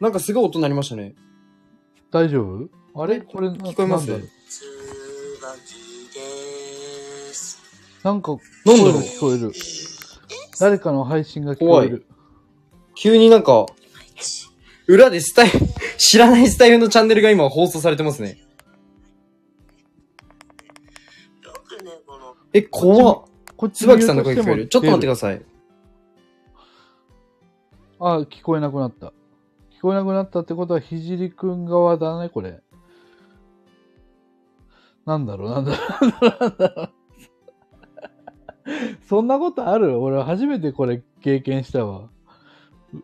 A: なんかすごい音鳴りましたね。
C: お大丈夫あれこれ聞
D: こえます
C: なんだ
E: つばきです。
C: なんか
D: なんだ
C: 声
D: ろう
C: が聞こえる誰かの配信が聞こえる
D: 急になんか、裏でスタイフ、 [LAUGHS] 知らないスタイフのチャンネルが今放送されてますね。
E: よくね、この。
D: え、怖っ。
C: こっち
D: 椿さんの声聞こえる。ちょっと待ってください。
C: あ、聞こえなくなった。聞こえなくなったってことは、ひじりくん側だね、これ。なんだろう、なんだろう、なんだろう、なんだろう。 [LAUGHS] そんなことある俺初めてこれ経験したわ。う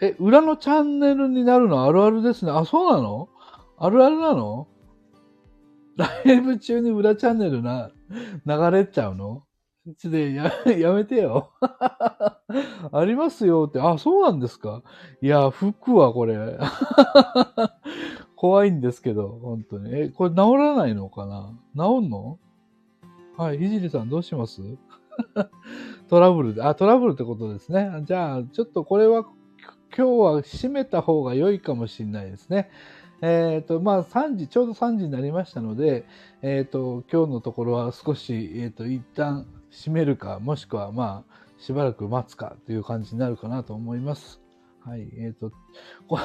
C: え、裏のチャンネルになるのあるあるですね。あ、そうなのあるあるなのライブ中に裏チャンネルな、流れちゃうのちょっとや、やめてよ。 [LAUGHS] ありますよって、あ、そうなんですかいや、服はこれ。 [LAUGHS] 怖いんですけど、本当に。え、これ治らないのかな治んのはい、ひじりさんどうします [LAUGHS] トラブルで、あ、トラブルってことですね。じゃあ、ちょっとこれは、き今日は閉めた方が良いかもしれないですね。えっ、と、まあ、3時、ちょうど3時になりましたので、えっ、と、今日のところは少し、えっ、と、一旦閉めるか、もしくは、まあ、しばらく待つかという感じになるかなと思います。はい。えっ、と、こ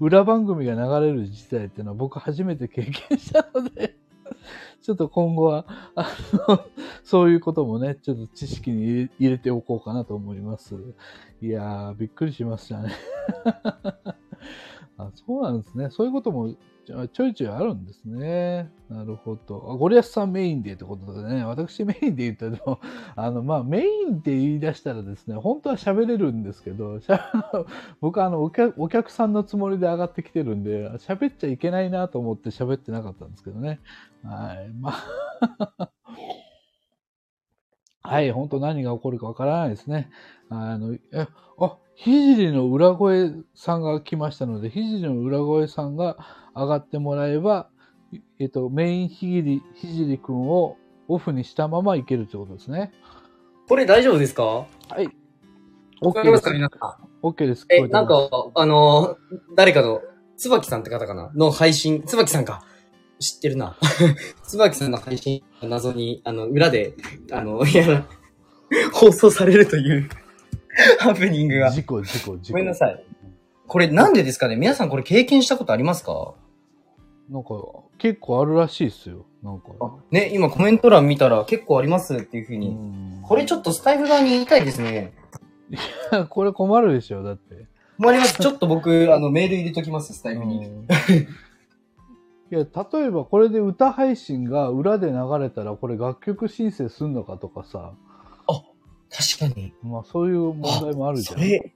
C: 裏番組が流れる事態っていうのは僕初めて経験したので、ちょっと今後は、あの、そういうこともね、ちょっと知識に入れ入れておこうかなと思います。いやー、びっくりしましたね。 [LAUGHS] あそうなんですね。そういうこともちょちょいちょいあるんですね。なるほど。あゴリアスさんメインでってことでね、私メインで言ったの、あの、まあ、メインって言い出したらですね、本当は喋れるんですけど、しゃ [LAUGHS] 僕はあのお客、お客さんのつもりで上がってきてるんで、喋っちゃいけないなと思って喋ってなかったんですけどね。はい。まあ [LAUGHS] はい、本当何が起こるかわからないですね。あの、え、あ、ひじりの裏声さんが来ましたので、ひじりの裏声さんが上がってもらえば、いえっと、メインひじり、ひじりくんをオフにしたままいけるってことですね。
A: これ大丈夫ですか
C: はい。
A: わかりますか皆さん。
C: OK です。聞
A: え、
C: こて
A: なん
C: ます
A: か、あのー誰かの、つばきさんって方かなの配信、つばきさんか。知ってるな。 [LAUGHS] つばきさんの配信、謎に、あの、裏で、あの、いや、放送されるという、 [LAUGHS] ハプニングが。
C: 事故、事故、事
A: ご
C: 故。
A: めんなさい。これなんでですかね皆さんこれ経験したことありますか
C: なんか、結構あるらしいですよ。なんか。
A: ね、今コメント欄見たら結構ありますっていうふう
C: う
A: に。
C: ん
A: これちょっとスタイフ側に言いたいですね。
C: [LAUGHS] これ困るでしょ、だって。
A: 困 [LAUGHS] ります。ちょっと僕、あの、メール入れときます、スタイフに。
C: [LAUGHS] いや例えばこれで歌配信が裏で流れたらこれ楽曲申請すんのかとかさ、
A: 確かに。
C: まあ、そういう問題もあるじゃん。
A: それ、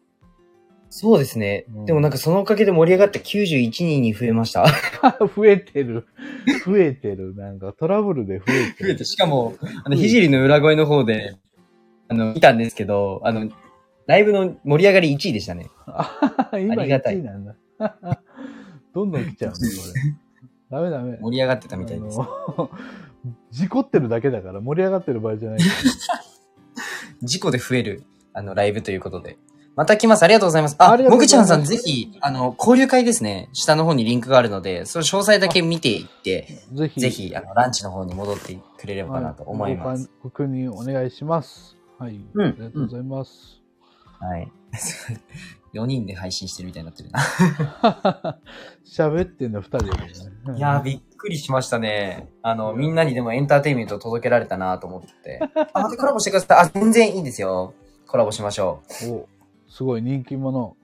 A: そうですね。
C: うん
A: でもなんかそのおかげで盛り上がって91人に増えました。
C: [LAUGHS] 増えてる。 [LAUGHS] 増えてる。なんかトラブルで増えてる。
A: しかも、あの、
C: うん
A: ひじりの裏声の方で、あの、見たんですけど、あの、ライブの盛り上がり1位でしたね。
C: あ [LAUGHS] 今
A: ありがた
C: 1
A: い
C: 位なんだ。 [LAUGHS] どんどん来ちゃうね、これ。ダメダメ。
A: 盛り上がってたみたいです。
C: あの事故ってるだけだから盛り上がってる場合じゃない。
A: 事故で増える、あの、ライブということで。また来ます。ありがとうございます。
C: あ
A: あ、
C: りがとう
A: も
C: ご
A: ぐち
C: ざ
A: ゃ
C: いま
A: ん
C: す
A: さん、ぜひ、あの、交流会ですね。下の方にリンクがあるので、その詳細だけ見ていって、
C: ぜひ。
A: ぜひ、あの、ランチの方に戻ってくれればなと思います。
C: ご確認お願いします。はい。
A: うん
C: ありがとうございます。
A: はい。4人で配信してるみたいになってるな。
C: 喋ってんの2人だけどね。
A: いやー、びっくりしましたね。あの、みんなにでもエンターテインメントを届けられたなと思って。あ、またコラボしてください。あ、全然いいんですよ。コラボしましょ
C: おすごい人気者。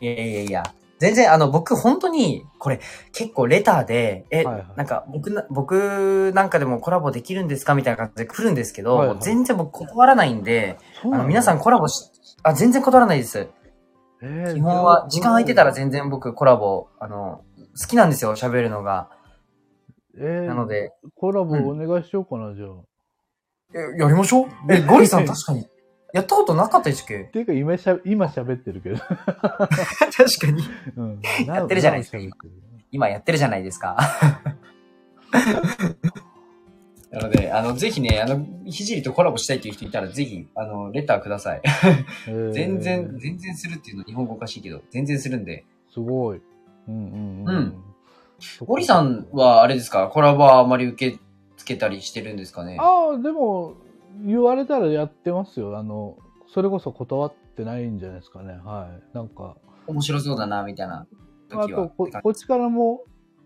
A: う。いやいやいや。全然、あの、僕、本当に、これ、結構レターで、え、
C: はいはい
A: なんか、僕な、僕なんかでもコラボできるんですかみたいな感じで来るんですけど、
C: はいはい
A: 全然僕断らないんで、
C: そ
A: あの、皆さんコラボし、あ、全然断らないです。基本は、時間空いてたら全然僕コラボ、あの、好きなんですよ、喋るのが。
C: 然
A: なの。で、
C: えーコラボお願いしようかな、じゃあ。
A: え、やりましょうえ、ゴリさん確かに。やったことなかったでしたっけ
C: [LAUGHS] っていうか今しゃ、今喋ってるけど。 [LAUGHS]
A: 確かに。
C: うん
A: やってるじゃないですか
C: なお喋ってる
A: 今やってるじゃないです
C: [LAUGHS]
A: か。なので、あの、ぜひね、あの、ひじりとコラボしたいという人いたら、ぜひ、あの、レターください。
C: えー
A: 全然、全然するっていうのは日本語おかしいけど、全然するんで。
C: すごい。うんうん
A: うん。ゴリさんは、あれですか、コラボはあまり受け付けたりしてるんですかね
C: ああ、でも、言われたらやってますよ。あの、それこそ断ってないんじゃないですかね。はい。なんか、
A: 面白そうだな、みたいな
C: あ
A: 時は。
C: とこ、こっちからも、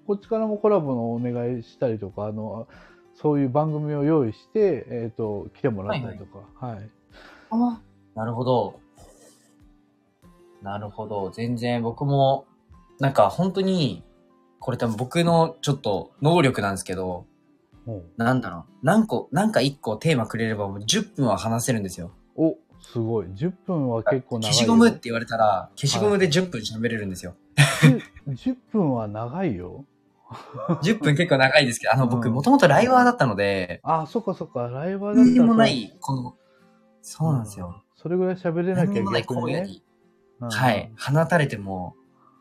C: こっちからもコラボのお願いしたりとか、あの、そういう番組を用意して、えっ、と、来てもらったりとか、はい、
A: あなるほど。なるほど。全然僕も、なんか本当に、これ多分僕のちょっと能力なんですけど、
C: おう
A: なんだろう。何個、なんか1個テーマくれればもう10分は話せるんですよ。
C: お、すごい。10分は結構長い。
A: 消しゴムって言われたら、消しゴムで10分喋れるんですよ。
C: 10分は長いよ。
A: 10分結構長いですけど、あの
C: う
A: 僕
C: [LAUGHS] ん
A: もともとライバーだったので、
C: あ、そっかそっか。ライバーだった
A: 何
C: ら。
A: にもな。い、この、そうなんですよ。
C: それぐらい喋れな
A: 何
C: き
A: に
C: ゃ
A: もない
C: 逆に
A: 荒野
C: ね。
A: に、
C: うん
A: はい。。放たれても、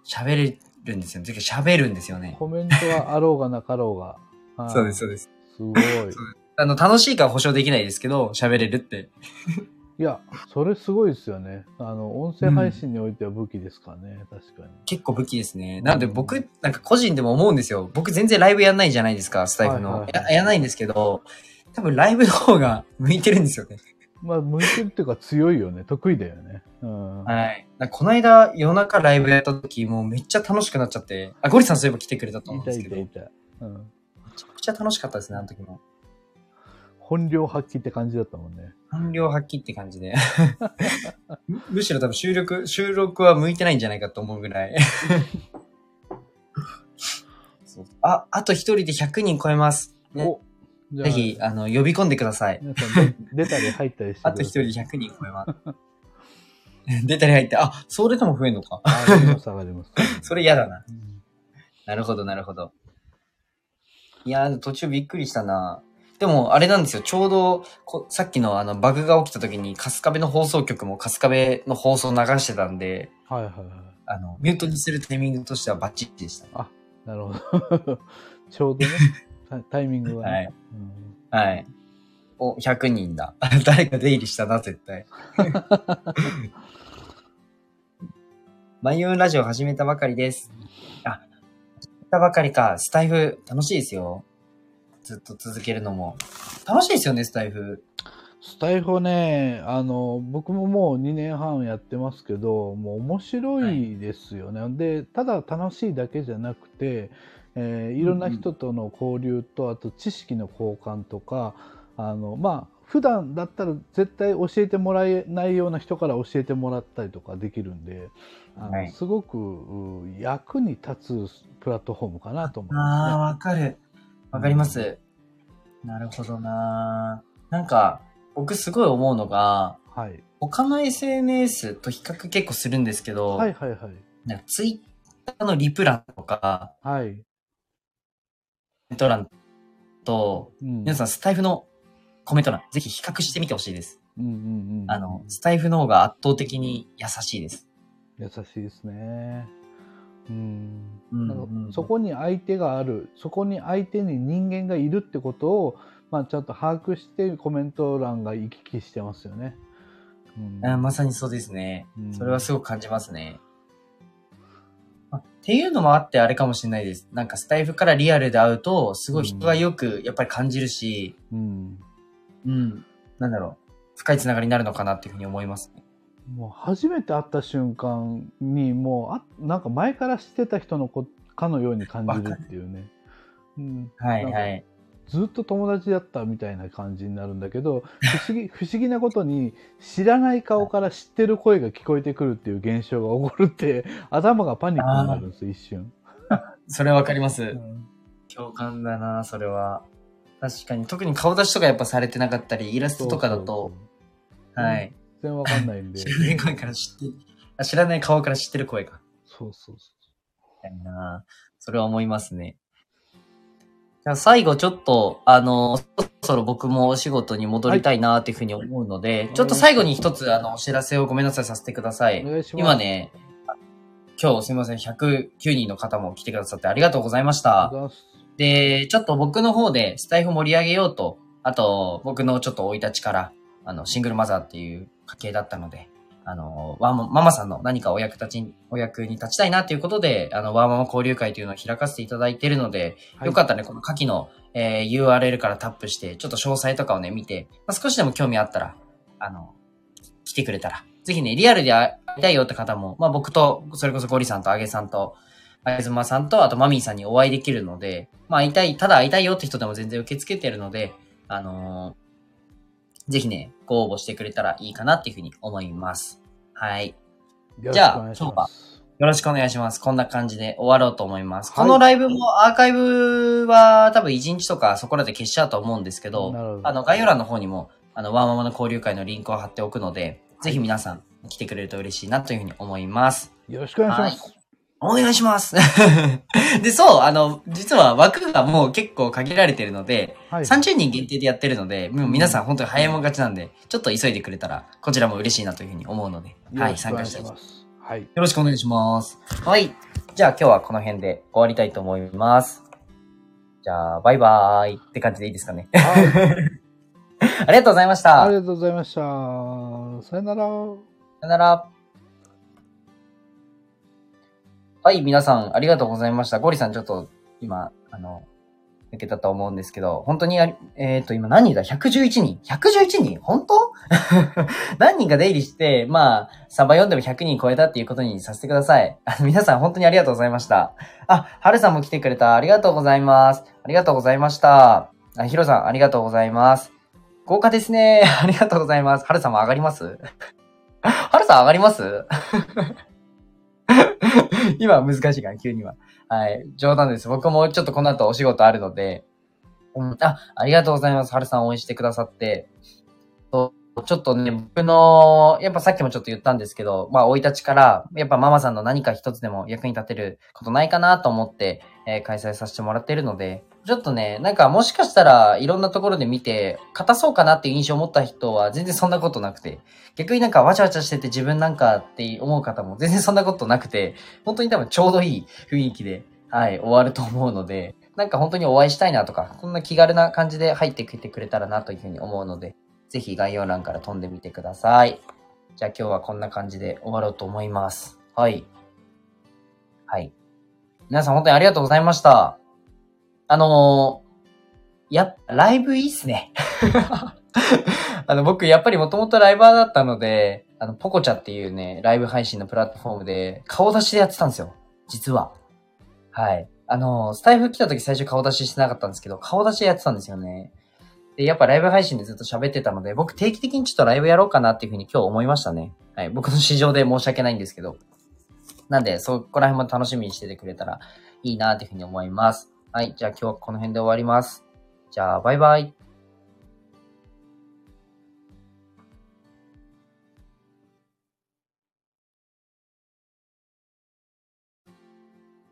A: 喋れるんですよ。てか喋るんですよね。 [LAUGHS]
C: コメントはあろうがなかろうが。はい
A: そうです。
C: すごい。
A: あの、楽しいかは保証できないですけど、喋れるって。
C: いや、それすごいですよね。あの、音声配信においては武器ですからね、確かに。
A: 結構武器ですね。なので僕、なんか個人でも思うんですよ。僕全然ライブやんないじゃないですか、スタイフの。
C: はいはいはい
A: ややんないんですけど、多分ライブの方が [LAUGHS] 向いてるんですよね。
C: まあ、向いてるっていうか強いよね。得意だよね。うん。
A: はい。なんかこの間夜中ライブやった時、もうめっちゃ楽しくなっちゃって、あ、ゴリさんそういえば来てくれたと思うん
C: 痛
A: です
C: い
A: けど、
C: 痛い
A: め
C: 痛い。うん。
A: ちゃくちゃ楽しかったですね、あの時も。
C: 本領発揮って感じだったもんね。
A: 本領発揮って感じ
C: [LAUGHS]
A: で。むむしろ多分収録、収録は向いてないんじゃないかと思うぐ
C: [LAUGHS]
A: らい。そうあ、あと一人で100人超えます。ね
C: おじゃあ
A: ぜひ、あの、呼び込んでください。
C: 皆さん、で出たり入ったりしてくださ
A: あ
C: い。
A: と一人100人超えます。 [LAUGHS] 出たり入って、あ、それでも増えんのか。
C: あ上がります、上がります。
A: [LAUGHS] それ嫌だな。
C: うん
A: なるほど、なるほど。いやー、途中びっくりしたな。でも、あれなんですよ。ちょうどこ、さっきのあの、バグが起きた時に、春日部の放送局も春日部の放送流してたんで、
C: はいはいは
A: あの、ミュートにするタイミングとしてはバッチリでした、
C: い。なるほど。 [LAUGHS] ちょうど
A: [LAUGHS]
C: ね、タタイミングがね。
A: はい
C: うん
A: はい。お、100人だ。 [LAUGHS] 誰か出入りしたな、絶 [LAUGHS] 対。マイオンラジオ始めたばかりです。あ、始めたばかりか。スタイフ、楽しいですよ。ずっと続けるのも。楽しいですよね、スタイフ。
C: スタイフね、あの、僕ももう2年半やってますけど、もう面白いですよね。で、ただ楽しいだけじゃなくて、えーいろんな人との交流と、あと知識の交換とか、あの、まあ、普段だったら絶対教えてもらえないような人から教えてもらったりとかできるんで、あの
A: はい
C: すごくう役に立つプラットフォームかなと思い
A: ああ、
C: ま
A: わかる。わかります。なるほどななんか、僕すごい思うのが、
C: すね。はい。
A: 他の SNS と比較結構するんですけど、
C: はいはいはい。
A: なんかツイッターのリプランとか、
C: はい。
A: コメント欄と、
C: うん
A: 皆さんスタイフのコメント欄、ぜひ比較してみてほしいです。
C: うんうんうん、
A: あの、スタイフの方が圧倒的に優しいです。
C: 優しいですね。うん。
A: うん
C: なんか
A: うん
C: そこに相手がある、そこに相手に人間がいるってことを、まあ、ちゃんと把握してコメント欄が行き来してますよね。うん
A: あまさにそうですね
C: う。ん
A: それはすごく感じますね。あっていうのもあってあれかもしれないです。なんかスタイフからリアルで会うと、すごい人がよくやっぱり感じるし、
C: うん。
A: うん、なんだろう、深いつながりになるのかなっていうふうに思いますね。
C: もう初めて会った瞬間に、もうあ、なんか前から知ってた人の子かのように感じるっていうね。うん、
A: はい
C: なんか
A: はい。
C: ずっと友達だったみたいな感じになるんだけど不思議 [LAUGHS] 不思議なことに知らない顔から知ってる声が聞こえてくるっていう現象が起こるって [LAUGHS] 頭がパニックになるんです一瞬、
A: それわかります。
C: うん
A: 共感だなそれは確かに特に顔出しとかやっぱされてなかったりイラストとかだと
C: そう
A: はい
C: 全然わかんない
A: [LAUGHS]
C: んで
A: 知らない声から知ってあ知らない顔から知ってる声か
C: そうそうそ
A: みたいなそれは思いますねじゃあ最後ちょっとあのそろそろ僕もお仕事に戻りたいなっていうふうに思うので、ちょっと最後に一つあのお知らせをごめんなさいさせてくださいう
C: お願いします
A: 今ね今日すみません109人の方も来てくださってありがとうございました
C: ありがとうござい
A: で、ちょっと僕の方でスタイフ盛り上げようと、あと、僕のちょっと生い立ちから、あの、シングルマザーっていう家系だったので、あの、ワーマママさんの何かお役立ちに、お役に立ちたいなということで、あの、ワーママ交流会というのを開かせていただいているので、
C: ます
A: よかったらね、この下記の、えー URL からタップして、ちょっと詳細とかをね、見て、まあ、少しでも興味あったら、あの、来てくれたら、ぜひね、リアルで会いたいよって方も、まあ僕と、それこそゴリさんとアゲさんと、あげずまさんと、あとマミーさんにお会いできるので、まあ会いたい、ただ会いたいよって人でも全然受け付けてるので、あのーぜひね、ご応募してくれたらいいかなっていうふうに思います。はい。
C: よろしくお
A: じゃあ
C: 願いします
A: よろしくお願いします。こんな感じで終わろうと思います。
C: はい
A: このライブもアーカイブは多分1日とかそこらで消しちゃうと思うんですけど、
C: なるほど
A: あの概要欄の方にもあのワーママの交流会のリンクを貼っておくので、ぜひ皆さん来てくれると嬉しいなというふうに思います。
C: よろしくお願いします、
A: お願いします [LAUGHS] で、そう、あの、実は枠がもう結構限られてるので、
C: はい
A: 30人限定でやってるので、もう皆さん本当に早いもん勝ちなんで、ちょっと急いでくれたら、こちらも嬉しいなというふうに思うので、は
C: よろ
A: い、
C: しく
A: 参
C: お願
A: 加し
C: い
A: て
C: し
A: いきます
C: ますはい
A: よろしくお願いします。はい。じゃあ今日はこの辺で終わりたいと思います。じゃあ、バイバーイって感じでいいですかね。 [LAUGHS]
C: はい
A: ありがとうございま [LAUGHS] した。
C: あ
A: さ
C: りが
A: よ
C: とうございました。さよなら。
A: なら。はい、皆さん、ありがとうございました。ゴリさん、ちょっと、今、あの、抜けたと思うんですけど、本当にあり、えっ、と、今何人だ ?111 人 ?111 人本当 [LAUGHS] 何人か出入りして、まあ、サバ読んでも100人超えたっていうことにさせてください。 [LAUGHS] あの、皆さん本当にありがとうございました。あ、はるさんも来てくれた。ありがとうございます。ありがとうございました。あ、ひろさん、ありがとうございます。豪華ですね。 [LAUGHS] ありがとうございます。はるさんも上がりますはるさん上がります [LAUGHS] 今は難しいから、急には。はい。冗談です。僕もちょっとこの後お仕事あるので。うん、あ、ありがとうございます。はるさん応援してくださって。そうちょっとね、僕の、やっぱさっきもちょっと言ったんですけど、まあ、生い立ちから、やっぱママさんの何か一つでも役に立てることないかなと思って、えー開催させてもらってるので、ちょっとね、なんかもしかしたらいろんなところで見て、硬そうかなっていう印象を持った人は全然そんなことなくて、逆になんかわちゃわちゃしてて自分なんかって思う方も全然そんなことなくて、本当に多分ちょうどいい雰囲気で、はい、終わると思うので、なんか本当にお会いしたいなとか、そんな気軽な感じで入ってきてくれたらなというふうに思うので、ぜひ概要欄から飛んでみてください。じゃあ今日はこんな感じで終わろうと思います。はい。はい。皆さん本当にありがとうございました。あのー、やっぱ、ライブいいっすね。あの、僕、やっぱりもともとライバーだったので、あの、ポコチャっていうね、ライブ配信のプラットフォームで、顔出しでやってたんですよ。実は。はい。あの、スタイフ来た時最初顔出ししてなかったんですけど、顔出しやってたんですよね。で、やっぱライブ配信でずっと喋ってたので、僕定期的にちょっとライブやろうかなっていうふうに今日思いましたね。はい。僕の市場で申し訳ないんですけど。なんで、そこら辺も楽しみにしててくれたらいいなっていうふうに思います。はい。じゃあ今日はこの辺で終わります。じゃあ、バイバイ。